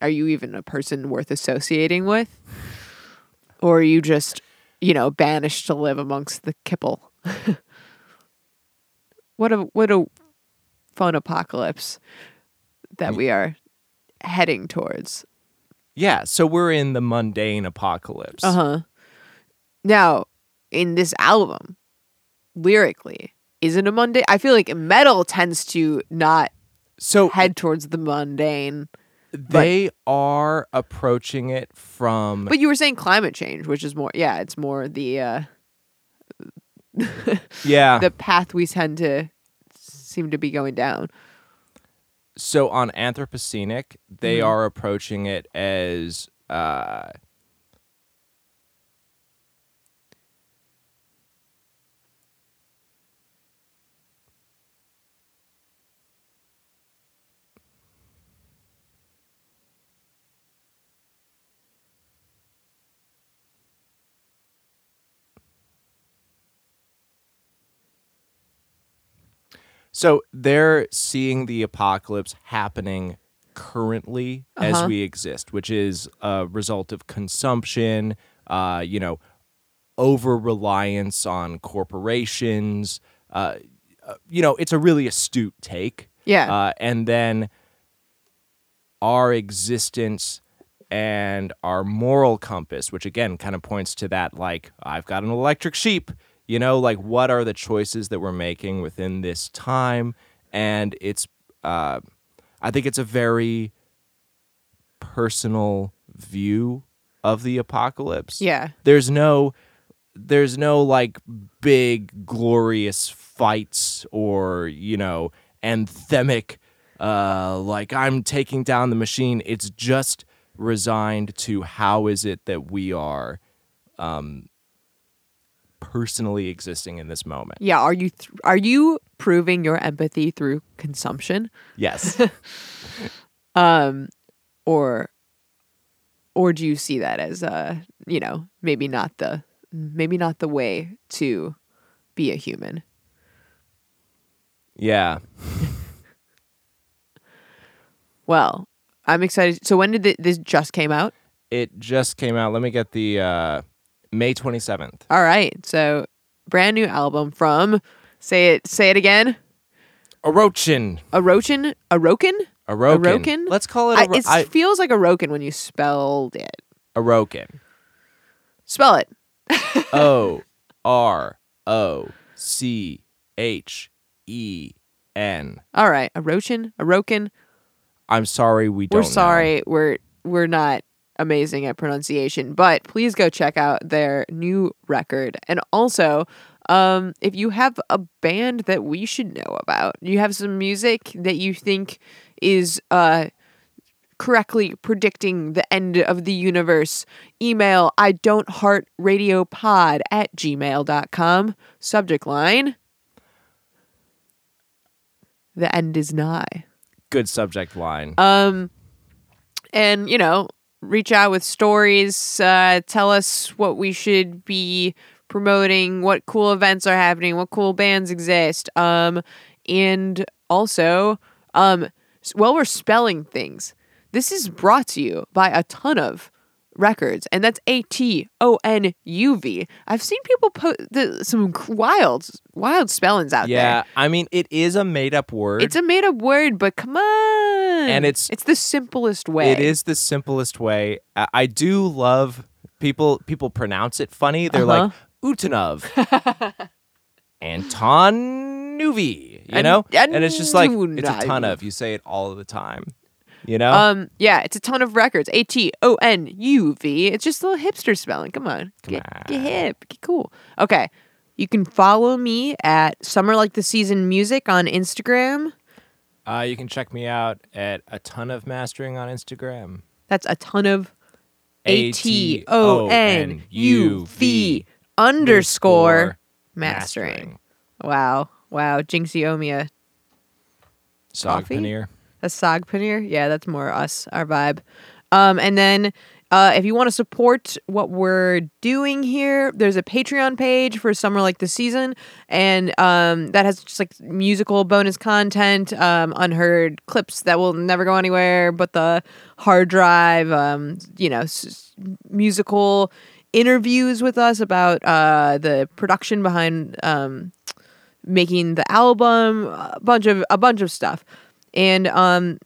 are you even a person worth associating with, or are you just you know banished to live amongst the kipple? <laughs> what a what a fun apocalypse that we are heading towards.
yeah, so we're in the mundane apocalypse.
Uh huh. Now, in this album, lyrically, isn't a mundane. I feel like metal tends to not
So
head towards the mundane.
They are approaching it from
But you were saying climate change, which is more. Yeah, it's more the uh,
Yeah. Ah.
the path we tend to seem to be going down.
so on Anthropocenic, they are approaching it as uh, So they're seeing the apocalypse happening currently as
Uh-huh.
we exist, which is a result of consumption, uh, you know, over reliance on corporations. Uh, uh, you know, it's a really astute take.
Yeah.
Uh, and then our existence and our moral compass, which again kind of points to that like, I've got an electric sheep, you know, like what are the choices that we're making within this time? And it's, uh, I think it's a very personal view of the apocalypse
yeah.
there's no there's no like big glorious fights or you know anthemic uh like i'm taking down the machine it's just resigned to how is it that we are um personally existing in this moment
Yeah, are you th- are you proving your empathy through consumption? <laughs>
yes
Um or or do you see that as uh, you know, maybe not the maybe not the way to be a human?
yeah
Well, I'm excited. So when did th- this just came out?
it just came out let me get the uh may 27th
All right. So brand new album from say it say it again.
orochin
Arochin, Arokin?
orokin
Orokin?
let's call it
I,
Oro-
it
I-
feels like Arokin when you spelled it.
orokin
Spell it.
O R O C H E N.
All right. Arochin, Arokin.
I'm sorry we don't
We're
know.
sorry. We're we're not amazing at pronunciation, but please go check out their new record. And also, um, if you have a band that we should know about, you have some music that you think is uh correctly predicting the end of the universe email i don't heart radio pod at gmail.com subject line the end is nigh
Good subject line.
um, and you know, reach out with stories. Uh, tell us what we should be promoting, what cool events are happening, what cool bands exist. Um, and also, um, s- while we're spelling things, this is brought to you by a ton of records, and that's A T O N U V. I've seen people put the, some c- wild, wild spellings out there.
yeah, I mean it is a made up word.
It's a made up word, but come on.
And it's-
it's the simplest way.
it is the simplest way. I, I do love people people pronounce it funny. They're like
Uh-huh.
Utanov.
<laughs>
Anton Nuvi, you
An-
know? and it's just like it's a ton
Antonov.
of. You say it all the time. You know?
Um yeah, it's a ton of records. A T O N U V. It's just a little hipster spelling. Come on. get, get hip. Get cool. Okay. You can follow me at Summer Like the Season Music on Instagram.
uh, you can check me out at a ton of mastering on Instagram.
That's a ton of A T O N U
A-T-O-N-U-V
V underscore mastering. Wow. Wow. Jinxiomia.
Sog
Coffee?
paneer.
A sog paneer? Yeah, that's more us, our vibe. Um, and then uh, if you want to support what we're doing here, there's a Patreon page for Summer Like the Season, and um, that has just like musical bonus content, um, unheard clips that will never go anywhere, but the hard drive, um, you know, s- musical interviews with us about uh, the production behind um, making the album, a bunch of a bunch of stuff, and um,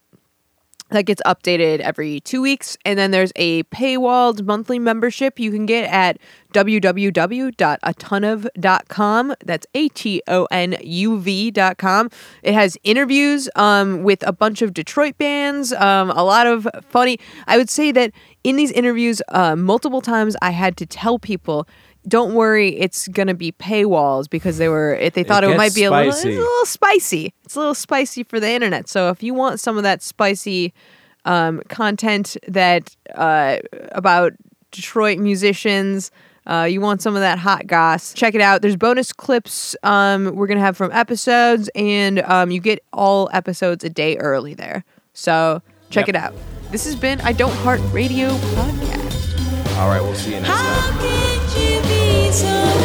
that gets updated every two weeks. And then there's a paywalled monthly membership you can get at www.atonuv.com. That's a t o n u v dot com. It has interviews um, with a bunch of Detroit bands, um, a lot of funny. I would say that in these interviews, uh, multiple times I had to tell people don't worry, it's gonna be paywalls because they were they thought
It
it,
gets
might be a little, it's a
spicy.
little spicy. It's a little spicy for the internet. So if you want some of that spicy um, content that uh, about Detroit musicians. Uh, you want some of that hot goss? Check it out. There's bonus clips um, we're gonna have from episodes, and um, you get all episodes a day early there. So check
Yep.
it out. This has been I Don't Heart Radio podcast.
All right, we'll see you next time.
How could you be so